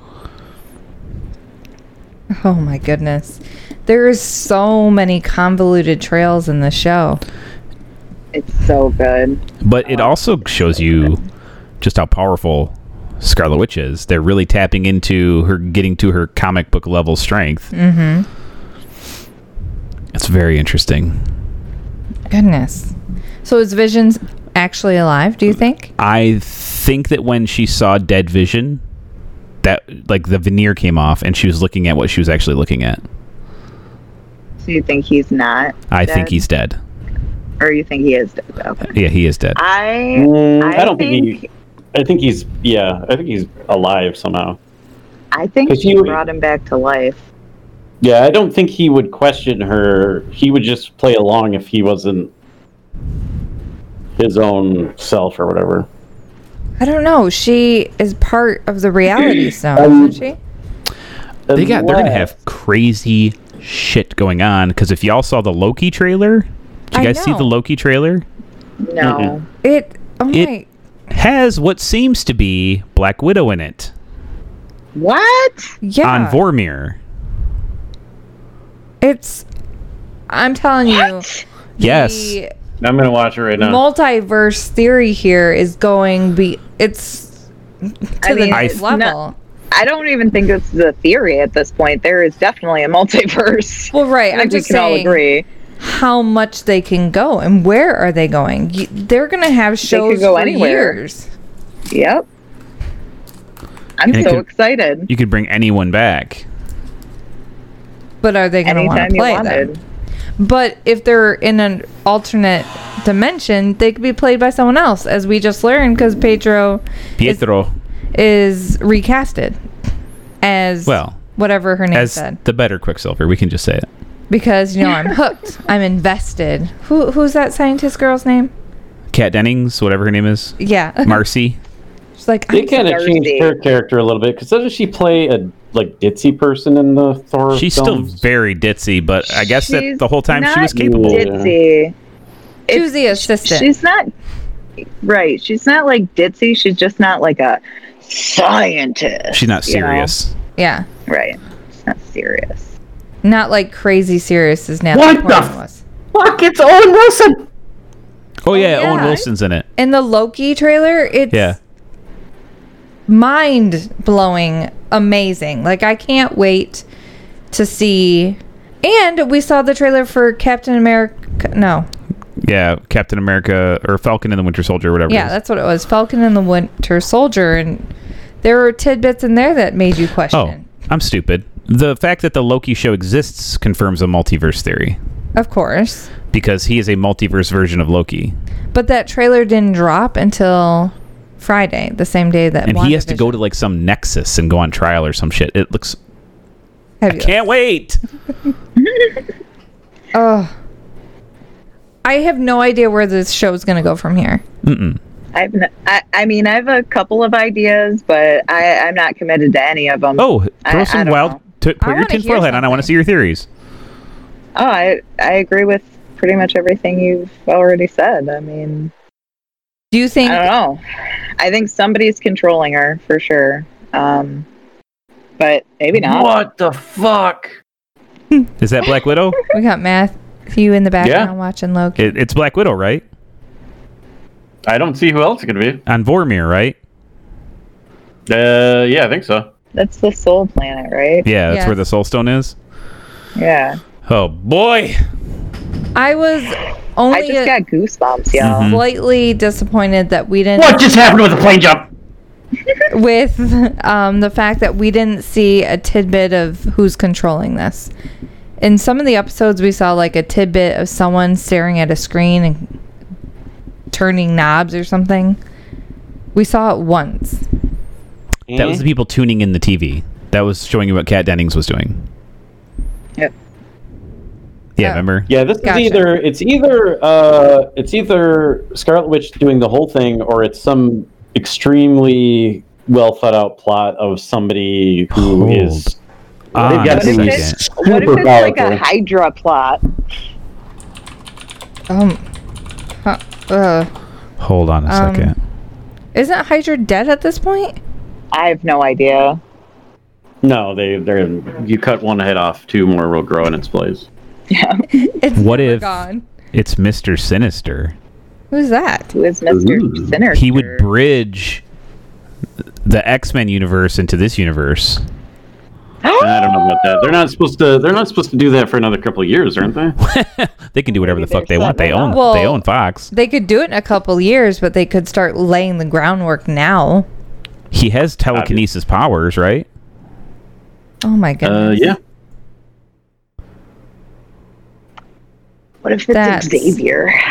[SPEAKER 3] Oh my goodness, there is so many convoluted trails in the show.
[SPEAKER 4] It's so good.
[SPEAKER 1] But it also shows you just how powerful Scarlet Witch is. They're really tapping into her, getting to her comic book level strength. Mm-hmm. It's very interesting.
[SPEAKER 3] Goodness. So is Vision's actually alive? Do you think?
[SPEAKER 1] I think that when she saw Dead Vision, that like the veneer came off, and she was looking at what she was actually looking at.
[SPEAKER 4] So you think he's not?
[SPEAKER 1] I think
[SPEAKER 4] Dead?
[SPEAKER 1] he's dead.
[SPEAKER 4] or you think he is dead? Okay.
[SPEAKER 1] Yeah, he is dead.
[SPEAKER 4] I
[SPEAKER 8] Mm,
[SPEAKER 4] I,
[SPEAKER 8] I don't think
[SPEAKER 4] think,
[SPEAKER 8] he- I think he's yeah. I think he's alive somehow.
[SPEAKER 4] I think
[SPEAKER 8] 'Cause
[SPEAKER 4] she
[SPEAKER 8] you-
[SPEAKER 4] brought him back to life.
[SPEAKER 8] Yeah, I don't think he would question her. He would just play along if he wasn't his own self or whatever.
[SPEAKER 3] I don't know. She is part of the reality zone,
[SPEAKER 8] Um,
[SPEAKER 3] isn't she?
[SPEAKER 1] they got they're gonna have crazy shit going on because if y'all saw the Loki trailer, did you
[SPEAKER 3] I
[SPEAKER 1] guys see
[SPEAKER 3] know.
[SPEAKER 1] the Loki trailer?
[SPEAKER 4] No.
[SPEAKER 3] It. Oh
[SPEAKER 1] It-
[SPEAKER 3] my.
[SPEAKER 1] Has what seems to be Black Widow in it
[SPEAKER 4] What?
[SPEAKER 3] Yeah.
[SPEAKER 1] on Vormir.
[SPEAKER 3] It's. I'm telling you.
[SPEAKER 1] Yes,
[SPEAKER 3] The
[SPEAKER 8] I'm gonna watch it right now.
[SPEAKER 3] multiverse theory here is going be. It's to
[SPEAKER 4] I mean,
[SPEAKER 3] the
[SPEAKER 4] it's
[SPEAKER 3] next level.
[SPEAKER 4] not- I don't even think this is a theory at this point. There is definitely a multiverse.
[SPEAKER 3] well, right.
[SPEAKER 4] I
[SPEAKER 3] I'm
[SPEAKER 4] think we
[SPEAKER 3] just
[SPEAKER 4] can all
[SPEAKER 3] saying
[SPEAKER 4] agree.
[SPEAKER 3] how much they can go and where are they going. Y- They're gonna have shows
[SPEAKER 4] go
[SPEAKER 3] for
[SPEAKER 4] anywhere.
[SPEAKER 3] years.
[SPEAKER 4] Yep. I'm
[SPEAKER 1] And it
[SPEAKER 4] so
[SPEAKER 1] could-
[SPEAKER 4] excited.
[SPEAKER 1] You could bring anyone back.
[SPEAKER 3] But are they going to want
[SPEAKER 4] Anytime
[SPEAKER 3] to
[SPEAKER 4] you
[SPEAKER 3] play
[SPEAKER 4] wanted.
[SPEAKER 3] them? But if they're in an alternate dimension, they could be played by someone else, as we just learned, because Pedro
[SPEAKER 1] Pietro,
[SPEAKER 3] is recasted as
[SPEAKER 1] Well,
[SPEAKER 3] whatever her name
[SPEAKER 1] as
[SPEAKER 3] said.
[SPEAKER 1] the better Quicksilver, we can just say it.
[SPEAKER 3] Because you know I'm hooked. I'm invested. Who who's that scientist girl's name?
[SPEAKER 1] Kat Dennings, whatever her name is,
[SPEAKER 3] Yeah,
[SPEAKER 1] Marcy.
[SPEAKER 3] She's like
[SPEAKER 8] They
[SPEAKER 3] I'm
[SPEAKER 8] kind of
[SPEAKER 4] Darcy.
[SPEAKER 8] changed her character a little bit because doesn't she play a like ditzy person in the Thor?
[SPEAKER 1] She's still
[SPEAKER 8] films?
[SPEAKER 1] very ditzy, but I guess that
[SPEAKER 4] She's
[SPEAKER 1] the whole time she
[SPEAKER 4] not
[SPEAKER 1] was capable.
[SPEAKER 8] Yeah.
[SPEAKER 4] Ditzy.
[SPEAKER 3] She was the
[SPEAKER 4] It's-
[SPEAKER 3] assistant.
[SPEAKER 4] She's not right. She's not like ditzy. She's just not like a scientist.
[SPEAKER 1] She's not
[SPEAKER 4] you know?
[SPEAKER 1] serious.
[SPEAKER 3] yeah,
[SPEAKER 4] Right. She's not serious.
[SPEAKER 3] not like crazy serious as Natalie
[SPEAKER 2] What the
[SPEAKER 3] Portman
[SPEAKER 2] f-
[SPEAKER 3] was.
[SPEAKER 2] Fuck, it's Owen Wilson.
[SPEAKER 1] Oh yeah,
[SPEAKER 3] yeah.
[SPEAKER 1] Owen Wilson's in it.
[SPEAKER 3] In the Loki trailer, it's
[SPEAKER 1] Yeah.
[SPEAKER 3] mind blowing, amazing. Like I can't wait to see. And we saw the trailer for Captain America. No,
[SPEAKER 1] Yeah, Captain America or Falcon and the Winter Soldier, whatever.
[SPEAKER 3] yeah,
[SPEAKER 1] it is.
[SPEAKER 3] that's what it was. Falcon and the Winter Soldier, and there were tidbits in there that made you
[SPEAKER 1] Oh,
[SPEAKER 3] question.
[SPEAKER 1] I'm stupid. The fact that the Loki show exists confirms a multiverse theory
[SPEAKER 3] Of course,
[SPEAKER 1] because he is a multiverse version of Loki,
[SPEAKER 3] but that trailer didn't drop until Friday, the same day that.
[SPEAKER 1] and he has to go to like some nexus and go on trial or some shit. It looks
[SPEAKER 3] Have you,
[SPEAKER 1] can't wait.
[SPEAKER 3] oh, I have no idea where this show is going to go from here.
[SPEAKER 4] I've n- I, I mean I have a couple of ideas, but I I'm not committed to any of them.
[SPEAKER 1] Oh, throw
[SPEAKER 4] I- I
[SPEAKER 1] some
[SPEAKER 4] don't
[SPEAKER 1] wild.
[SPEAKER 4] know.
[SPEAKER 1] T- put
[SPEAKER 3] I
[SPEAKER 1] your
[SPEAKER 3] wanna hear
[SPEAKER 1] tinfoil hat on. I want to
[SPEAKER 3] something.
[SPEAKER 1] see your theories.
[SPEAKER 4] Oh, I I agree with pretty much everything you've already said. I mean,
[SPEAKER 3] Do you think
[SPEAKER 4] I don't know. I think somebody's controlling her for sure. Um, but maybe not.
[SPEAKER 2] What the fuck?
[SPEAKER 1] Is that Black Widow?
[SPEAKER 3] we got Matthew in the background watching Loki?
[SPEAKER 1] It, it's Black Widow, right?
[SPEAKER 8] I don't see who else it could be.
[SPEAKER 1] On Vormir, right?
[SPEAKER 8] Uh, yeah, I think so.
[SPEAKER 4] That's the soul planet, right?
[SPEAKER 1] Yeah, that's
[SPEAKER 3] Yes.
[SPEAKER 1] where the Soul Stone is.
[SPEAKER 4] Yeah.
[SPEAKER 1] Oh boy,
[SPEAKER 3] I was only
[SPEAKER 4] I just got goosebumps, y'all.
[SPEAKER 1] Mm-hmm.
[SPEAKER 3] slightly disappointed that we didn't
[SPEAKER 2] What just happened with the plane jump?
[SPEAKER 3] with um, the fact that we didn't see a tidbit of who's controlling this. In some of the episodes, we saw like a tidbit of someone staring at a screen and turning knobs or something. We saw it once.
[SPEAKER 1] that was the
[SPEAKER 8] Mm-hmm.
[SPEAKER 1] people tuning in the TV. That was showing you what Kat Dennings was doing.
[SPEAKER 4] Yep.
[SPEAKER 1] Yeah,
[SPEAKER 3] Oh.
[SPEAKER 1] remember?
[SPEAKER 8] Yeah, this
[SPEAKER 3] Gotcha.
[SPEAKER 8] is either it's either uh, it's either Scarlet Witch doing the whole thing, or it's some extremely well thought out plot of somebody who
[SPEAKER 1] Hold
[SPEAKER 8] is.
[SPEAKER 1] Ah,
[SPEAKER 8] They've got
[SPEAKER 1] a
[SPEAKER 4] What if
[SPEAKER 8] some-
[SPEAKER 1] second.
[SPEAKER 4] it's, what if it's like a Hydra plot?
[SPEAKER 3] Um, huh, uh,
[SPEAKER 1] Hold on a
[SPEAKER 3] Um,
[SPEAKER 1] second.
[SPEAKER 3] isn't Hydra dead at this point?
[SPEAKER 4] I have no idea.
[SPEAKER 8] No, they they're you cut one head off, two more will grow in its place.
[SPEAKER 3] It's
[SPEAKER 1] What
[SPEAKER 3] never
[SPEAKER 1] if-
[SPEAKER 3] gone.
[SPEAKER 1] It's Mr. Sinister.
[SPEAKER 3] Who's that?
[SPEAKER 4] Who is Mr. Sinner?
[SPEAKER 1] He would bridge the X Men universe into this universe.
[SPEAKER 8] I don't know about that. They're not supposed to. They're not supposed to do that for another couple of years, aren't they?
[SPEAKER 1] They can do whatever the
[SPEAKER 4] Maybe
[SPEAKER 1] fuck they
[SPEAKER 4] there's
[SPEAKER 1] want. They
[SPEAKER 4] something
[SPEAKER 1] own.
[SPEAKER 3] else.
[SPEAKER 1] they
[SPEAKER 3] Well-
[SPEAKER 1] own Fox.
[SPEAKER 3] They could do it in a couple years, but they could start laying the groundwork now.
[SPEAKER 1] He has telekinesis powers, right?
[SPEAKER 3] Oh my goodness.
[SPEAKER 8] Uh, yeah.
[SPEAKER 4] What if it's
[SPEAKER 3] That's-
[SPEAKER 4] Xavier?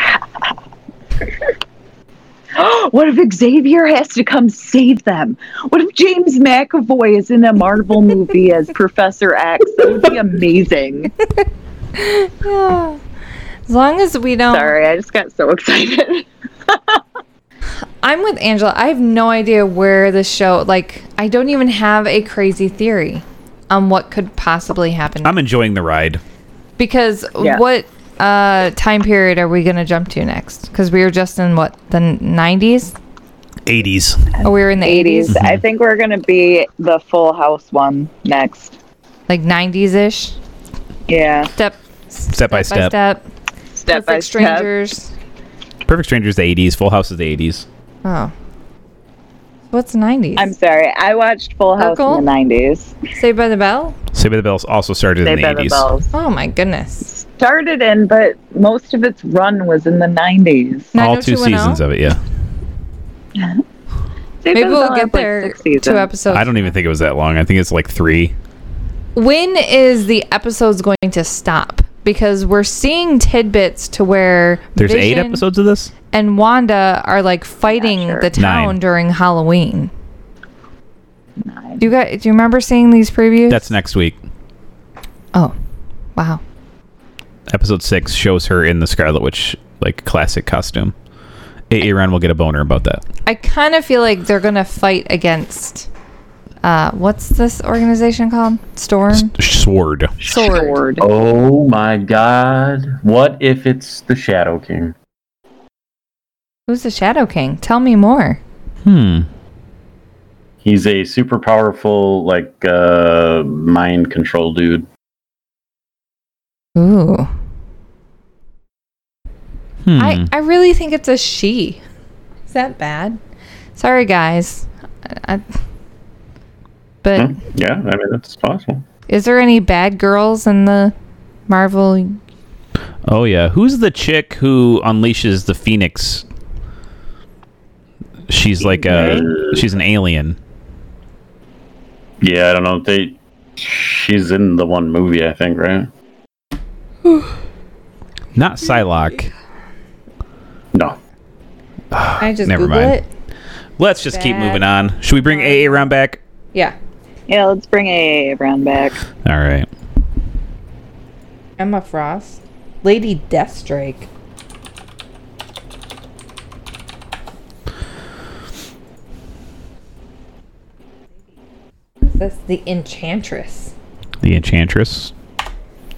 [SPEAKER 4] what if Xavier has to come save them? What if James McAvoy is in a Marvel movie as Professor X? That would be amazing.
[SPEAKER 3] Yeah. As long as we don't.
[SPEAKER 4] Sorry, I just got so excited.
[SPEAKER 3] I'm with Angela. I have no idea where the show. Like, I don't even have a crazy theory on what could possibly happen.
[SPEAKER 1] I'm enjoying the ride.
[SPEAKER 3] because
[SPEAKER 4] Yeah.
[SPEAKER 3] what uh, time period are we going to jump to next? Because we were just in what the 90s,
[SPEAKER 1] 80s.
[SPEAKER 3] or we were in the 80s,
[SPEAKER 4] 80s.
[SPEAKER 1] Mm-hmm.
[SPEAKER 4] I think we're going to be the Full House one next.
[SPEAKER 3] like 90s ish.
[SPEAKER 4] Yeah.
[SPEAKER 3] Step,
[SPEAKER 1] Step by
[SPEAKER 3] by
[SPEAKER 1] step.
[SPEAKER 3] step.
[SPEAKER 4] Step by
[SPEAKER 3] Perfect strangers.
[SPEAKER 1] Perfect Strangers, the 80s. Full House is the 80s.
[SPEAKER 3] Oh, what's 90s?
[SPEAKER 4] I'm sorry. I watched Full House
[SPEAKER 3] Urkel?
[SPEAKER 4] in the 90s.
[SPEAKER 3] Saved by the Bell.
[SPEAKER 1] Saved by the Bells also started
[SPEAKER 4] They
[SPEAKER 1] in the
[SPEAKER 4] better
[SPEAKER 1] 80s.
[SPEAKER 4] bells.
[SPEAKER 3] Oh my goodness.
[SPEAKER 4] Started in, but most of its
[SPEAKER 3] oh
[SPEAKER 4] run was in the 90s.
[SPEAKER 1] All two seasons of it, yeah.
[SPEAKER 4] They've
[SPEAKER 3] Maybe
[SPEAKER 4] been
[SPEAKER 3] we'll
[SPEAKER 4] gone
[SPEAKER 3] get
[SPEAKER 4] for, like,
[SPEAKER 3] there
[SPEAKER 4] six seasons.
[SPEAKER 3] two episodes.
[SPEAKER 1] I don't even think it was that long. I think it's like three.
[SPEAKER 3] when is the episodes going to stop? Because we're seeing tidbits to where
[SPEAKER 1] There's eight
[SPEAKER 3] Vision
[SPEAKER 1] episodes of this.
[SPEAKER 3] and Wanda are like fighting
[SPEAKER 4] sure.
[SPEAKER 3] the town
[SPEAKER 1] Nine.
[SPEAKER 3] during Halloween. Do you guys do you remember seeing these previews?
[SPEAKER 1] That's next week.
[SPEAKER 3] oh, wow.
[SPEAKER 1] Episode six shows her in the Scarlet Witch like classic costume. Aaron will get a boner about that.
[SPEAKER 3] I kind of feel like they're gonna fight against uh, what's this organization called? Storm
[SPEAKER 1] Sword.
[SPEAKER 3] Sword.
[SPEAKER 4] Sword.
[SPEAKER 8] Oh my god. What if it's the Shadow King?
[SPEAKER 3] Who's the Shadow King? Tell me more.
[SPEAKER 1] Hmm.
[SPEAKER 8] He's a super powerful, like, uh, mind control dude.
[SPEAKER 3] Ooh,
[SPEAKER 1] Hmm.
[SPEAKER 3] I I really think it's a she. Is that bad? Sorry, guys. I, I, but
[SPEAKER 8] Hmm, Yeah, I mean, that's possible.
[SPEAKER 3] is there any bad girls in the Marvel?
[SPEAKER 1] oh yeah. Who's the chick who unleashes the Phoenix? She's like a she's an alien.
[SPEAKER 8] Yeah, I don't know. They. She's in the one movie, I think, right?
[SPEAKER 1] Not Psylocke.
[SPEAKER 8] No.
[SPEAKER 3] I just
[SPEAKER 1] Ah, Never
[SPEAKER 3] Google
[SPEAKER 1] mind.
[SPEAKER 3] it.
[SPEAKER 1] Let's just keep
[SPEAKER 3] Bad.
[SPEAKER 1] moving on. Should we bring AA round back?
[SPEAKER 3] Yeah,
[SPEAKER 4] Yeah, let's bring a round back.
[SPEAKER 1] All right.
[SPEAKER 3] Emma Frost, Lady Deathstrike. That's the Enchantress.
[SPEAKER 1] The Enchantress.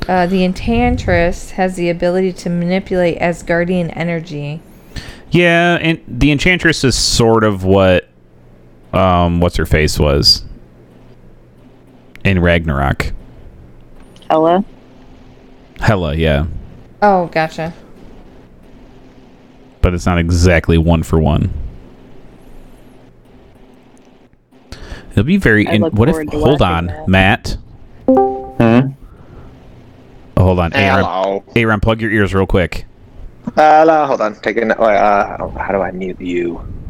[SPEAKER 3] Uh, the Enchantress has the ability to manipulate Asgardian energy.
[SPEAKER 1] Yeah, and the Enchantress is sort of what um what's her face was in Ragnarok.
[SPEAKER 4] Ella?
[SPEAKER 1] Hella, yeah.
[SPEAKER 3] Oh, gotcha.
[SPEAKER 1] But it's not exactly one for one. It'll be very
[SPEAKER 4] I
[SPEAKER 1] in-
[SPEAKER 4] look
[SPEAKER 1] what if
[SPEAKER 4] forward to
[SPEAKER 1] hold
[SPEAKER 4] watching
[SPEAKER 1] on,
[SPEAKER 4] that.
[SPEAKER 1] Matt.
[SPEAKER 8] Hmm?
[SPEAKER 1] Oh, hold on. Aaron,
[SPEAKER 5] Hello.
[SPEAKER 1] Aaron, plug your ears real quick.
[SPEAKER 5] Hello. Hold on. Take a. Uh, oh, how do I mute you?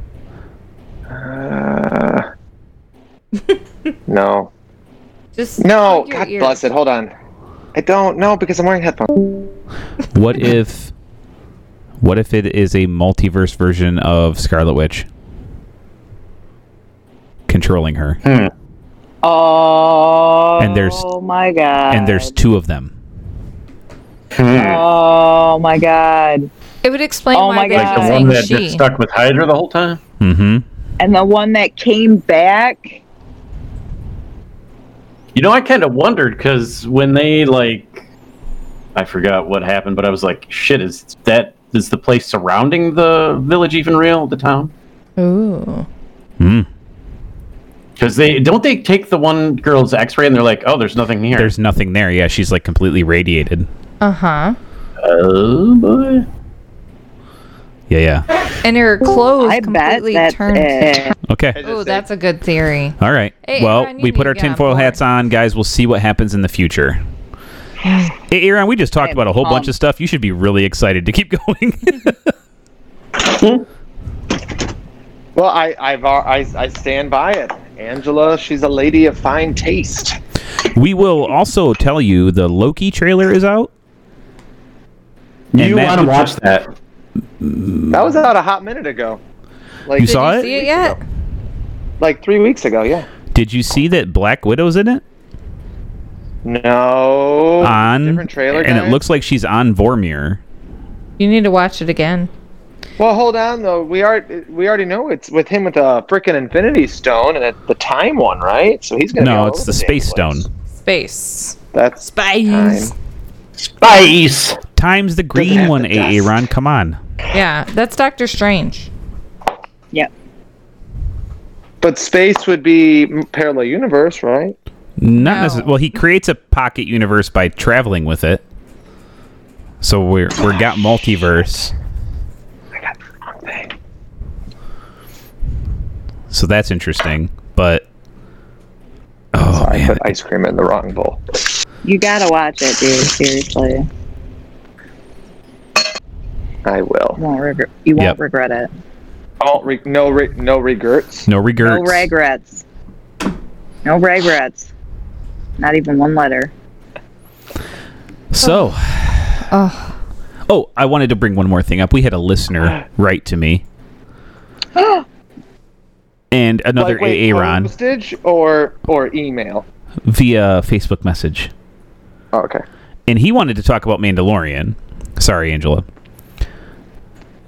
[SPEAKER 5] Uh, no.
[SPEAKER 3] Just
[SPEAKER 5] No.
[SPEAKER 3] plug your
[SPEAKER 5] God
[SPEAKER 3] ears.
[SPEAKER 5] bless it. Hold on. I don't know because I'm wearing headphones.
[SPEAKER 1] What if what if it is a multiverse version of Scarlet Witch controlling her?
[SPEAKER 8] Hmm.
[SPEAKER 4] Oh.
[SPEAKER 1] And there's-
[SPEAKER 4] Oh my god.
[SPEAKER 1] and there's two of them.
[SPEAKER 8] Hmm.
[SPEAKER 4] Oh my god.
[SPEAKER 3] It would explain
[SPEAKER 4] Oh
[SPEAKER 3] why
[SPEAKER 4] my
[SPEAKER 3] they
[SPEAKER 4] God.
[SPEAKER 8] Like
[SPEAKER 3] keep
[SPEAKER 8] the one
[SPEAKER 3] saying
[SPEAKER 8] that
[SPEAKER 3] she.
[SPEAKER 8] just stuck with Hydra the whole time?
[SPEAKER 1] Mm-hmm.
[SPEAKER 4] And the one that came back.
[SPEAKER 8] You know, I kind of wondered because when they like, I forgot what happened, but I was like, "Shit, is that is the place surrounding the village even real? The town?"
[SPEAKER 3] Ooh.
[SPEAKER 1] Mm.
[SPEAKER 8] Because they don't they take the one girl's X-ray and they're like, "Oh, there's nothing here."
[SPEAKER 1] There's nothing there. Yeah, she's like completely radiated.
[SPEAKER 3] Uh huh.
[SPEAKER 8] oh boy.
[SPEAKER 1] Yeah, yeah.
[SPEAKER 3] And her clothes
[SPEAKER 4] I bet
[SPEAKER 3] completely
[SPEAKER 4] that's
[SPEAKER 3] turned.
[SPEAKER 4] it.
[SPEAKER 1] Okay.
[SPEAKER 3] Oh, that's a good theory.
[SPEAKER 1] All right.
[SPEAKER 3] Hey,
[SPEAKER 1] well,
[SPEAKER 3] Aaron, you
[SPEAKER 1] we
[SPEAKER 3] need
[SPEAKER 1] put
[SPEAKER 3] to
[SPEAKER 1] our
[SPEAKER 3] get on
[SPEAKER 1] tinfoil
[SPEAKER 3] board.
[SPEAKER 1] hats on, guys. We'll see what happens in the future. Hey, Aaron, we just talked
[SPEAKER 4] I'm
[SPEAKER 1] about a whole bunch
[SPEAKER 5] um,
[SPEAKER 4] pumped.
[SPEAKER 1] of stuff. You should be really excited to keep going.
[SPEAKER 5] Well, I I've al- I, I stand by it. Angela, she's a lady of fine taste.
[SPEAKER 1] we will also tell you the Loki trailer is out. And
[SPEAKER 8] You
[SPEAKER 1] Matt
[SPEAKER 8] want to
[SPEAKER 1] would
[SPEAKER 8] watch
[SPEAKER 1] just-
[SPEAKER 8] that?
[SPEAKER 5] That was out a hot minute ago. Like
[SPEAKER 1] You saw
[SPEAKER 3] you
[SPEAKER 1] it?
[SPEAKER 3] see it yet?
[SPEAKER 5] like three weeks ago. Yeah.
[SPEAKER 1] Did you see that Black Widow's in it?
[SPEAKER 5] No.
[SPEAKER 1] On
[SPEAKER 5] Oh, different trailer.
[SPEAKER 1] and it
[SPEAKER 5] guys?
[SPEAKER 1] looks like she's on Vormir.
[SPEAKER 3] You need to watch it again.
[SPEAKER 5] Well, hold on though. We are we already know it's with him with the frickin' Infinity Stone and it's the time one, right? So he's gonna. be
[SPEAKER 1] No,
[SPEAKER 5] all
[SPEAKER 1] it's
[SPEAKER 5] over
[SPEAKER 1] the
[SPEAKER 5] damn
[SPEAKER 1] Space Stone.
[SPEAKER 5] place.
[SPEAKER 3] Space.
[SPEAKER 5] That's
[SPEAKER 3] Space.
[SPEAKER 5] Time.
[SPEAKER 2] Spice.
[SPEAKER 1] Times the green
[SPEAKER 5] have
[SPEAKER 1] one,
[SPEAKER 5] the
[SPEAKER 1] A.
[SPEAKER 5] dust.
[SPEAKER 1] Aaron. Come on.
[SPEAKER 3] Yeah, that's Doctor Strange.
[SPEAKER 4] Yep.
[SPEAKER 5] But space would be m- parallel universe, right?
[SPEAKER 1] Not
[SPEAKER 3] No.
[SPEAKER 1] necessarily. Well, he creates a pocket universe by traveling with it. So we're we're got multiverse.
[SPEAKER 5] I got the wrong thing.
[SPEAKER 1] So that's interesting. But oh
[SPEAKER 5] I
[SPEAKER 1] man,
[SPEAKER 5] put ice cream in the wrong bowl.
[SPEAKER 4] You gotta watch it, dude. Seriously.
[SPEAKER 5] I
[SPEAKER 4] You
[SPEAKER 5] will.
[SPEAKER 4] won't regret you won't
[SPEAKER 1] Yep.
[SPEAKER 4] regret it.
[SPEAKER 9] All re- no re- no regrets.
[SPEAKER 1] No regrets.
[SPEAKER 4] No regrets. No regrets. Not even one letter.
[SPEAKER 1] So, oh, I wanted to bring one more thing up. We had a listener write to me, and another
[SPEAKER 9] Like, wait,
[SPEAKER 1] AA Ron
[SPEAKER 9] Postage or or email.
[SPEAKER 1] via Facebook message,
[SPEAKER 9] Oh, okay.
[SPEAKER 1] and he wanted to talk about Mandalorian. Sorry, Angela.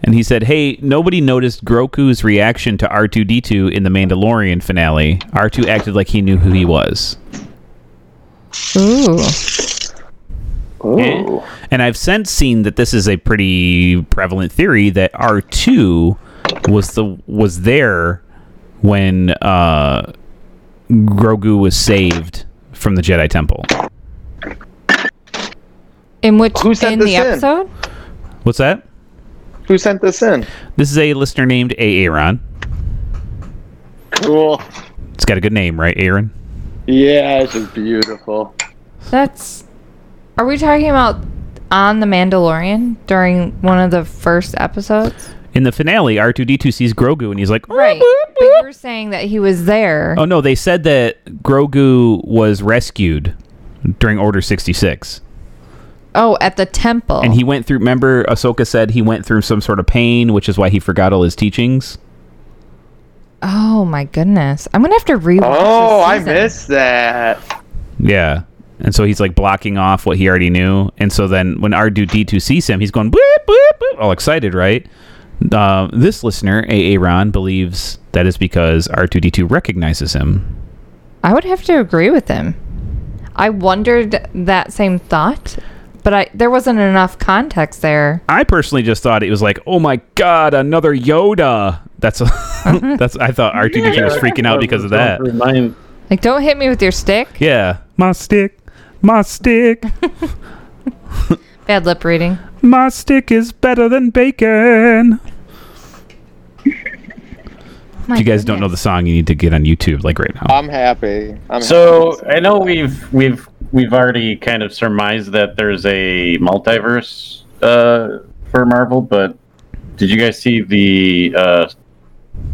[SPEAKER 1] And he said, "Hey, nobody noticed Grogu's reaction to R2D2 in the Mandalorian finale. R2 acted like he knew who he was."
[SPEAKER 3] Ooh.
[SPEAKER 9] Ooh.
[SPEAKER 1] And I've since seen that this is a pretty prevalent theory that R two was the was there when uh, Grogu was saved from the Jedi Temple.
[SPEAKER 3] In which
[SPEAKER 9] Who sent
[SPEAKER 3] in
[SPEAKER 9] this
[SPEAKER 3] the
[SPEAKER 9] in?
[SPEAKER 3] episode?
[SPEAKER 1] What's that?
[SPEAKER 9] Who sent this in?
[SPEAKER 1] This is a listener named Aaron.
[SPEAKER 9] Cool.
[SPEAKER 1] It's got a good name, right, Aaron?
[SPEAKER 9] Yeah, it's just beautiful.
[SPEAKER 3] That's. Are we talking about on the Mandalorian during one of the first episodes?
[SPEAKER 1] In the finale, R two D two sees Grogu and he's like,
[SPEAKER 3] Right. But you were saying that he was there.
[SPEAKER 1] "Oh no!" They said that Grogu was rescued during Order sixty six.
[SPEAKER 3] Oh, at the temple.
[SPEAKER 1] And he went through. Remember, Ahsoka said he went through some sort of pain, which is why he forgot all his teachings.
[SPEAKER 3] oh my goodness. I'm gonna have to rewatch.
[SPEAKER 9] Oh,
[SPEAKER 3] this
[SPEAKER 9] I
[SPEAKER 3] season.
[SPEAKER 9] missed that.
[SPEAKER 1] Yeah. And so he's like blocking off what he already knew. And so then when R two D two sees him, he's going boop boop boop, all excited, right? Uh, this listener, AA Ron, believes that is because R two D two recognizes him.
[SPEAKER 3] I would have to agree with him. I wondered that same thought, but I there wasn't enough context there.
[SPEAKER 1] I personally just thought it was like, oh my god, another Yoda. That's a, that's I thought R two D two was freaking out because of that.
[SPEAKER 8] Remind-
[SPEAKER 3] Like, don't hit me with your stick.
[SPEAKER 1] Yeah, my stick, my stick.
[SPEAKER 3] Bad lip reading.
[SPEAKER 1] My stick is better than bacon.
[SPEAKER 3] My
[SPEAKER 1] If you guys don't know the song, you need to get on YouTube like right now.
[SPEAKER 9] I'm happy. I'm
[SPEAKER 8] So I know we've we've we've already kind of surmised that there's a multiverse uh, for Marvel, but did you guys see the uh,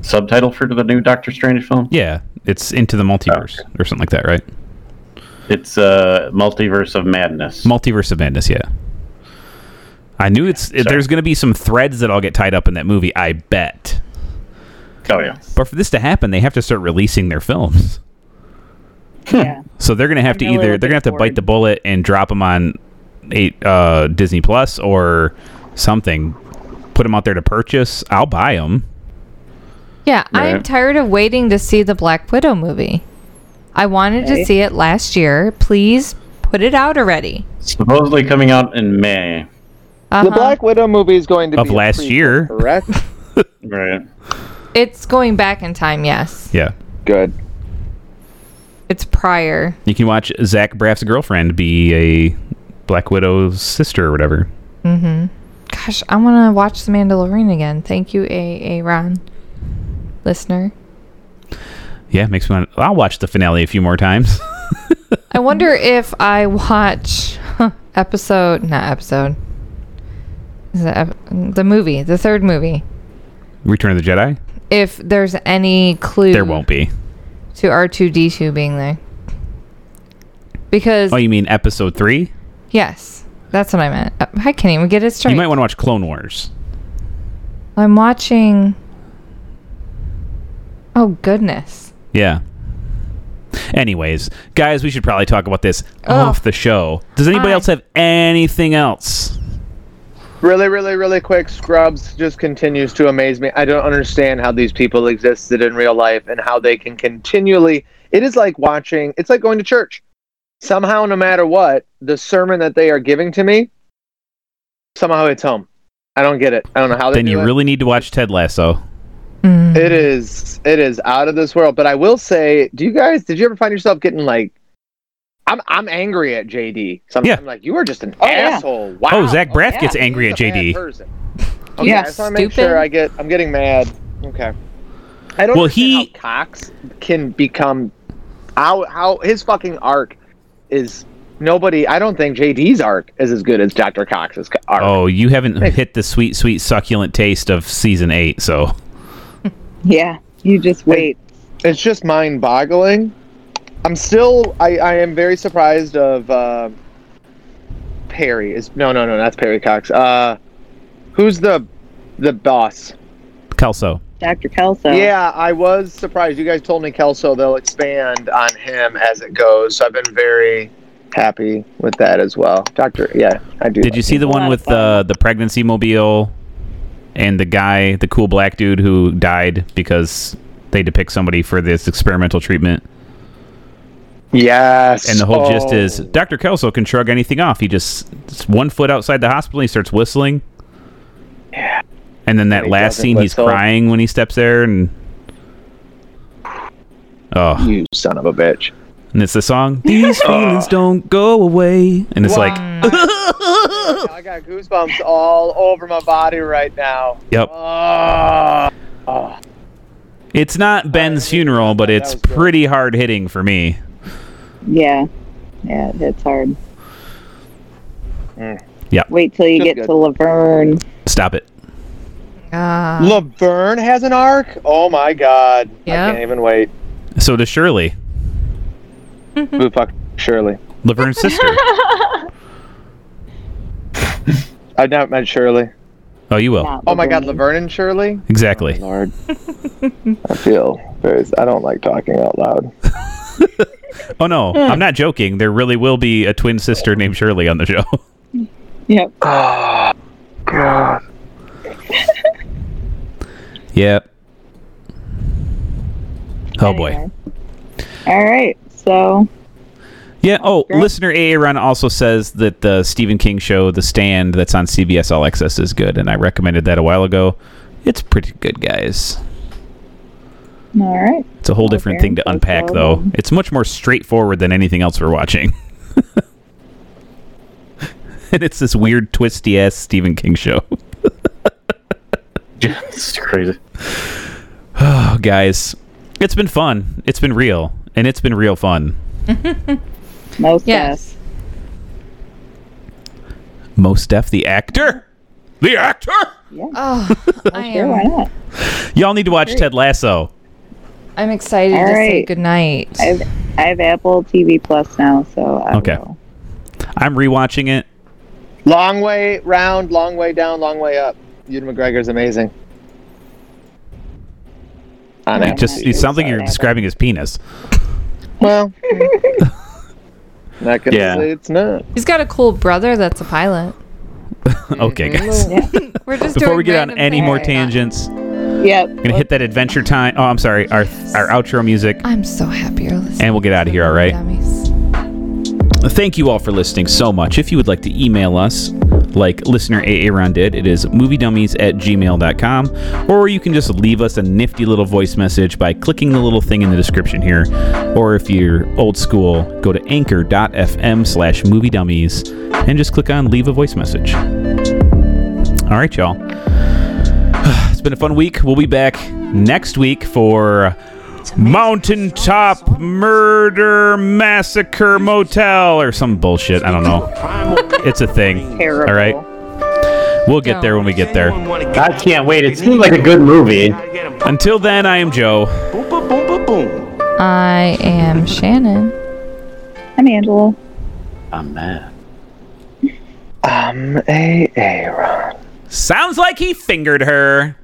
[SPEAKER 8] subtitle for the new Doctor Strange film?
[SPEAKER 1] Yeah, it's into the multiverse or something like that, right?
[SPEAKER 8] It's uh, Multiverse of Madness.
[SPEAKER 1] Multiverse of Madness. Yeah. I knew it's it- there's going to be some threads that all get tied up in that movie. I bet.
[SPEAKER 8] oh yeah.
[SPEAKER 1] But for this to happen, they have to start releasing their films. Hmm.
[SPEAKER 4] Yeah.
[SPEAKER 1] So they're going to have to
[SPEAKER 4] I'm really
[SPEAKER 1] either they're going to have to
[SPEAKER 4] looking
[SPEAKER 1] bite the bullet and drop them on eight, uh, Disney Plus or something. Put them out there to purchase. I'll buy them.
[SPEAKER 3] Yeah, I'm
[SPEAKER 8] Right.
[SPEAKER 3] tired of waiting to see the Black Widow movie. I wanted to see it last year. Please put it out already.
[SPEAKER 8] Supposedly coming out in May.
[SPEAKER 3] Uh-huh.
[SPEAKER 9] The Black Widow movie is going to
[SPEAKER 1] Of
[SPEAKER 9] be a
[SPEAKER 1] last
[SPEAKER 9] prequel,
[SPEAKER 1] year.
[SPEAKER 9] correct?
[SPEAKER 8] Right.
[SPEAKER 3] it's going back in time, yes.
[SPEAKER 1] Yeah.
[SPEAKER 9] Good.
[SPEAKER 3] It's prior.
[SPEAKER 1] You can watch Zach Braff's girlfriend be a Black Widow's sister or whatever.
[SPEAKER 3] Gosh, I want to watch The Mandalorian again. Thank you, A. A. Ron, listener.
[SPEAKER 1] Yeah, makes me want. I'll watch the finale a few more times.
[SPEAKER 3] I wonder if I watch episode, not episode, is it ep- the movie, the third movie,
[SPEAKER 1] Return of the Jedi.
[SPEAKER 3] if there's any clue
[SPEAKER 9] Mm-hmm.
[SPEAKER 1] There won't be.
[SPEAKER 3] to R2D2 being there. Because,
[SPEAKER 1] Oh, you mean Episode Three?
[SPEAKER 3] yes, that's what I meant. Uh, I can't even get it straight.
[SPEAKER 1] You might want to watch Clone Wars.
[SPEAKER 3] I'm watching. Oh, goodness.
[SPEAKER 1] Yeah. Anyways, guys, we should probably talk about this
[SPEAKER 9] Oh.
[SPEAKER 1] off the show. Does anybody
[SPEAKER 3] Hi.
[SPEAKER 1] else have anything else?
[SPEAKER 9] Really, really, really quick. Scrubs just continues to amaze me. I don't understand how these people existed in real life and how they can continually. It is like watching, it's like going to church. Somehow, no matter what, the sermon that they are giving to me, somehow it's home. I don't get it. I don't know how they
[SPEAKER 1] Then
[SPEAKER 9] do
[SPEAKER 1] you
[SPEAKER 9] it.
[SPEAKER 1] really need to watch Ted Lasso.
[SPEAKER 3] Mm.
[SPEAKER 9] It is. It is out of this world. But I will say, do you guys? Did you ever find yourself getting like? I'm I'm angry at JD. Sometimes
[SPEAKER 1] Yeah.
[SPEAKER 9] I'm like, you are just an
[SPEAKER 4] Oh, yeah.
[SPEAKER 9] asshole. Wow.
[SPEAKER 1] Oh, Zach Braff
[SPEAKER 4] yeah.
[SPEAKER 1] gets angry at
[SPEAKER 9] He's a bad
[SPEAKER 1] JD.
[SPEAKER 9] person. Okay,
[SPEAKER 4] Yeah,
[SPEAKER 9] I just want to make
[SPEAKER 3] stupid.
[SPEAKER 9] sure I get. I'm getting mad. Okay. I don't.
[SPEAKER 1] Well,
[SPEAKER 9] understand
[SPEAKER 1] he-
[SPEAKER 9] how Cox can become how how his fucking arc is. Nobody. I don't think JD's arc is as good as Dr. Cox's arc.
[SPEAKER 1] Oh, you haven't hit the sweet, sweet, succulent taste of season eight, so
[SPEAKER 4] Yeah, you just wait.
[SPEAKER 9] it's just mind boggling i'm still I, I am very surprised of uh perry is no no no that's perry cox uh who's the the boss
[SPEAKER 1] Kelso.
[SPEAKER 4] Dr. Kelso.
[SPEAKER 9] yeah i was surprised you guys told me kelso they'll expand on him as it goes so i've been very happy with that as well doctor yeah i do
[SPEAKER 1] Did you see the one with uh, the the pregnancy mobile and the guy, the cool black dude who died because they depict somebody for this experimental treatment?
[SPEAKER 9] yes
[SPEAKER 1] And the whole gist
[SPEAKER 9] Oh.
[SPEAKER 1] is Dr. Kelso can shrug anything off. He just it's one foot outside the hospital, he starts whistling. Yeah. And then that
[SPEAKER 9] he
[SPEAKER 1] last
[SPEAKER 9] doesn't
[SPEAKER 1] scene, he's
[SPEAKER 9] whistle.
[SPEAKER 1] crying when he steps there, and oh,
[SPEAKER 9] you son of a bitch
[SPEAKER 1] and it's the song. These feelings don't go away, and it's like,
[SPEAKER 9] i got goosebumps all over my body right now Ah.
[SPEAKER 1] yep, it's not Ben's funeral, but it's
[SPEAKER 9] was good.
[SPEAKER 1] pretty hard hitting for me.
[SPEAKER 4] Yeah. Yeah, it hits hard.
[SPEAKER 1] Yeah.
[SPEAKER 4] Wait till you
[SPEAKER 9] Just
[SPEAKER 4] get
[SPEAKER 9] Mm. good.
[SPEAKER 4] to Laverne.
[SPEAKER 1] Stop it.
[SPEAKER 3] Uh,
[SPEAKER 9] Laverne has an arc. Oh my god!
[SPEAKER 3] Yep.
[SPEAKER 9] I can't even wait.
[SPEAKER 1] So does Shirley,
[SPEAKER 9] Who fuck Shirley?
[SPEAKER 1] Laverne's sister.
[SPEAKER 9] I've not met Shirley.
[SPEAKER 1] Oh, you will
[SPEAKER 4] Not
[SPEAKER 9] Oh my god,
[SPEAKER 4] Laverne.
[SPEAKER 9] Laverne and Shirley.
[SPEAKER 1] exactly.
[SPEAKER 9] Lord, I feel very. I don't like talking out loud.
[SPEAKER 1] Oh no, I'm not joking. There really will be a twin sister named Shirley on the show.
[SPEAKER 4] Yep.
[SPEAKER 1] Yep. Oh boy.
[SPEAKER 4] Anyway. All right. So,
[SPEAKER 1] Yeah. Oh,
[SPEAKER 4] great.
[SPEAKER 1] listener Aaron also says that the Stephen King show, The Stand, that's on CBS All Access is good, and I recommended that a while ago. It's pretty good, guys.
[SPEAKER 4] all right.
[SPEAKER 1] It's a whole different
[SPEAKER 4] Okay,
[SPEAKER 1] thing to
[SPEAKER 4] that's
[SPEAKER 1] unpack,
[SPEAKER 4] all
[SPEAKER 1] though.
[SPEAKER 4] then.
[SPEAKER 1] It's much more straightforward than anything else we're watching. and it's this weird, twisty ass Stephen King show.
[SPEAKER 8] it's crazy.
[SPEAKER 1] Oh, guys, it's been fun. It's been real, and it's been real fun.
[SPEAKER 4] Most
[SPEAKER 3] Yes.
[SPEAKER 1] Most deaf, the actor. The actor.
[SPEAKER 3] Oh, I
[SPEAKER 4] Def. Sure, why
[SPEAKER 3] am.
[SPEAKER 4] not?
[SPEAKER 1] Y'all need to watch Ted Lasso.
[SPEAKER 3] I'm excited
[SPEAKER 4] All
[SPEAKER 3] to say
[SPEAKER 4] right.
[SPEAKER 3] goodnight.
[SPEAKER 4] I have, I have Apple TV Plus now, so I
[SPEAKER 1] Okay.
[SPEAKER 4] will.
[SPEAKER 1] I'm rewatching it.
[SPEAKER 9] Long way round, long way down, long way up. Ewan McGregor's amazing. On
[SPEAKER 4] Yeah.
[SPEAKER 9] it.
[SPEAKER 1] It just it sounds like you're describing his penis.
[SPEAKER 9] Well, not gonna
[SPEAKER 8] Yeah.
[SPEAKER 9] say it's not.
[SPEAKER 3] He's got a cool brother that's a pilot.
[SPEAKER 1] okay, guys.
[SPEAKER 3] We're Mm-hmm. just
[SPEAKER 1] Before
[SPEAKER 3] doing
[SPEAKER 1] we get on
[SPEAKER 3] random
[SPEAKER 1] any
[SPEAKER 3] things
[SPEAKER 1] more
[SPEAKER 3] like that.
[SPEAKER 1] tangents,
[SPEAKER 4] Yep.
[SPEAKER 1] gonna hit that adventure time. Oh, I'm sorry. Our our outro music.
[SPEAKER 3] I'm so happy you're listening.
[SPEAKER 1] And we'll get
[SPEAKER 3] to
[SPEAKER 1] outta
[SPEAKER 3] the
[SPEAKER 1] here, all
[SPEAKER 3] Movie
[SPEAKER 1] right?
[SPEAKER 3] Dummies.
[SPEAKER 1] Thank you all for listening so much. If you would like to email us, like listener Aaron did, it is moviedummies at gmail.com, or you can just leave us a nifty little voice message by clicking the little thing in the description here. Or if you're old school, go to anchor.fm slash movie dummies and just click on leave a voice message. All right, y'all. It's been a fun week. We'll be back next week for Mountaintop Murder Massacre Motel or some bullshit. I don't know. It's a thing.
[SPEAKER 4] Terrible.
[SPEAKER 1] All right. We'll get there when we get there.
[SPEAKER 8] I can't wait. It seems like a good movie.
[SPEAKER 1] Until then, I am Joe.
[SPEAKER 10] Boom, boom, boom, boom, boom.
[SPEAKER 3] I am Shannon.
[SPEAKER 4] I'm Angela.
[SPEAKER 8] I'm mad.
[SPEAKER 9] Um, a Aaron.
[SPEAKER 1] Sounds like he fingered her.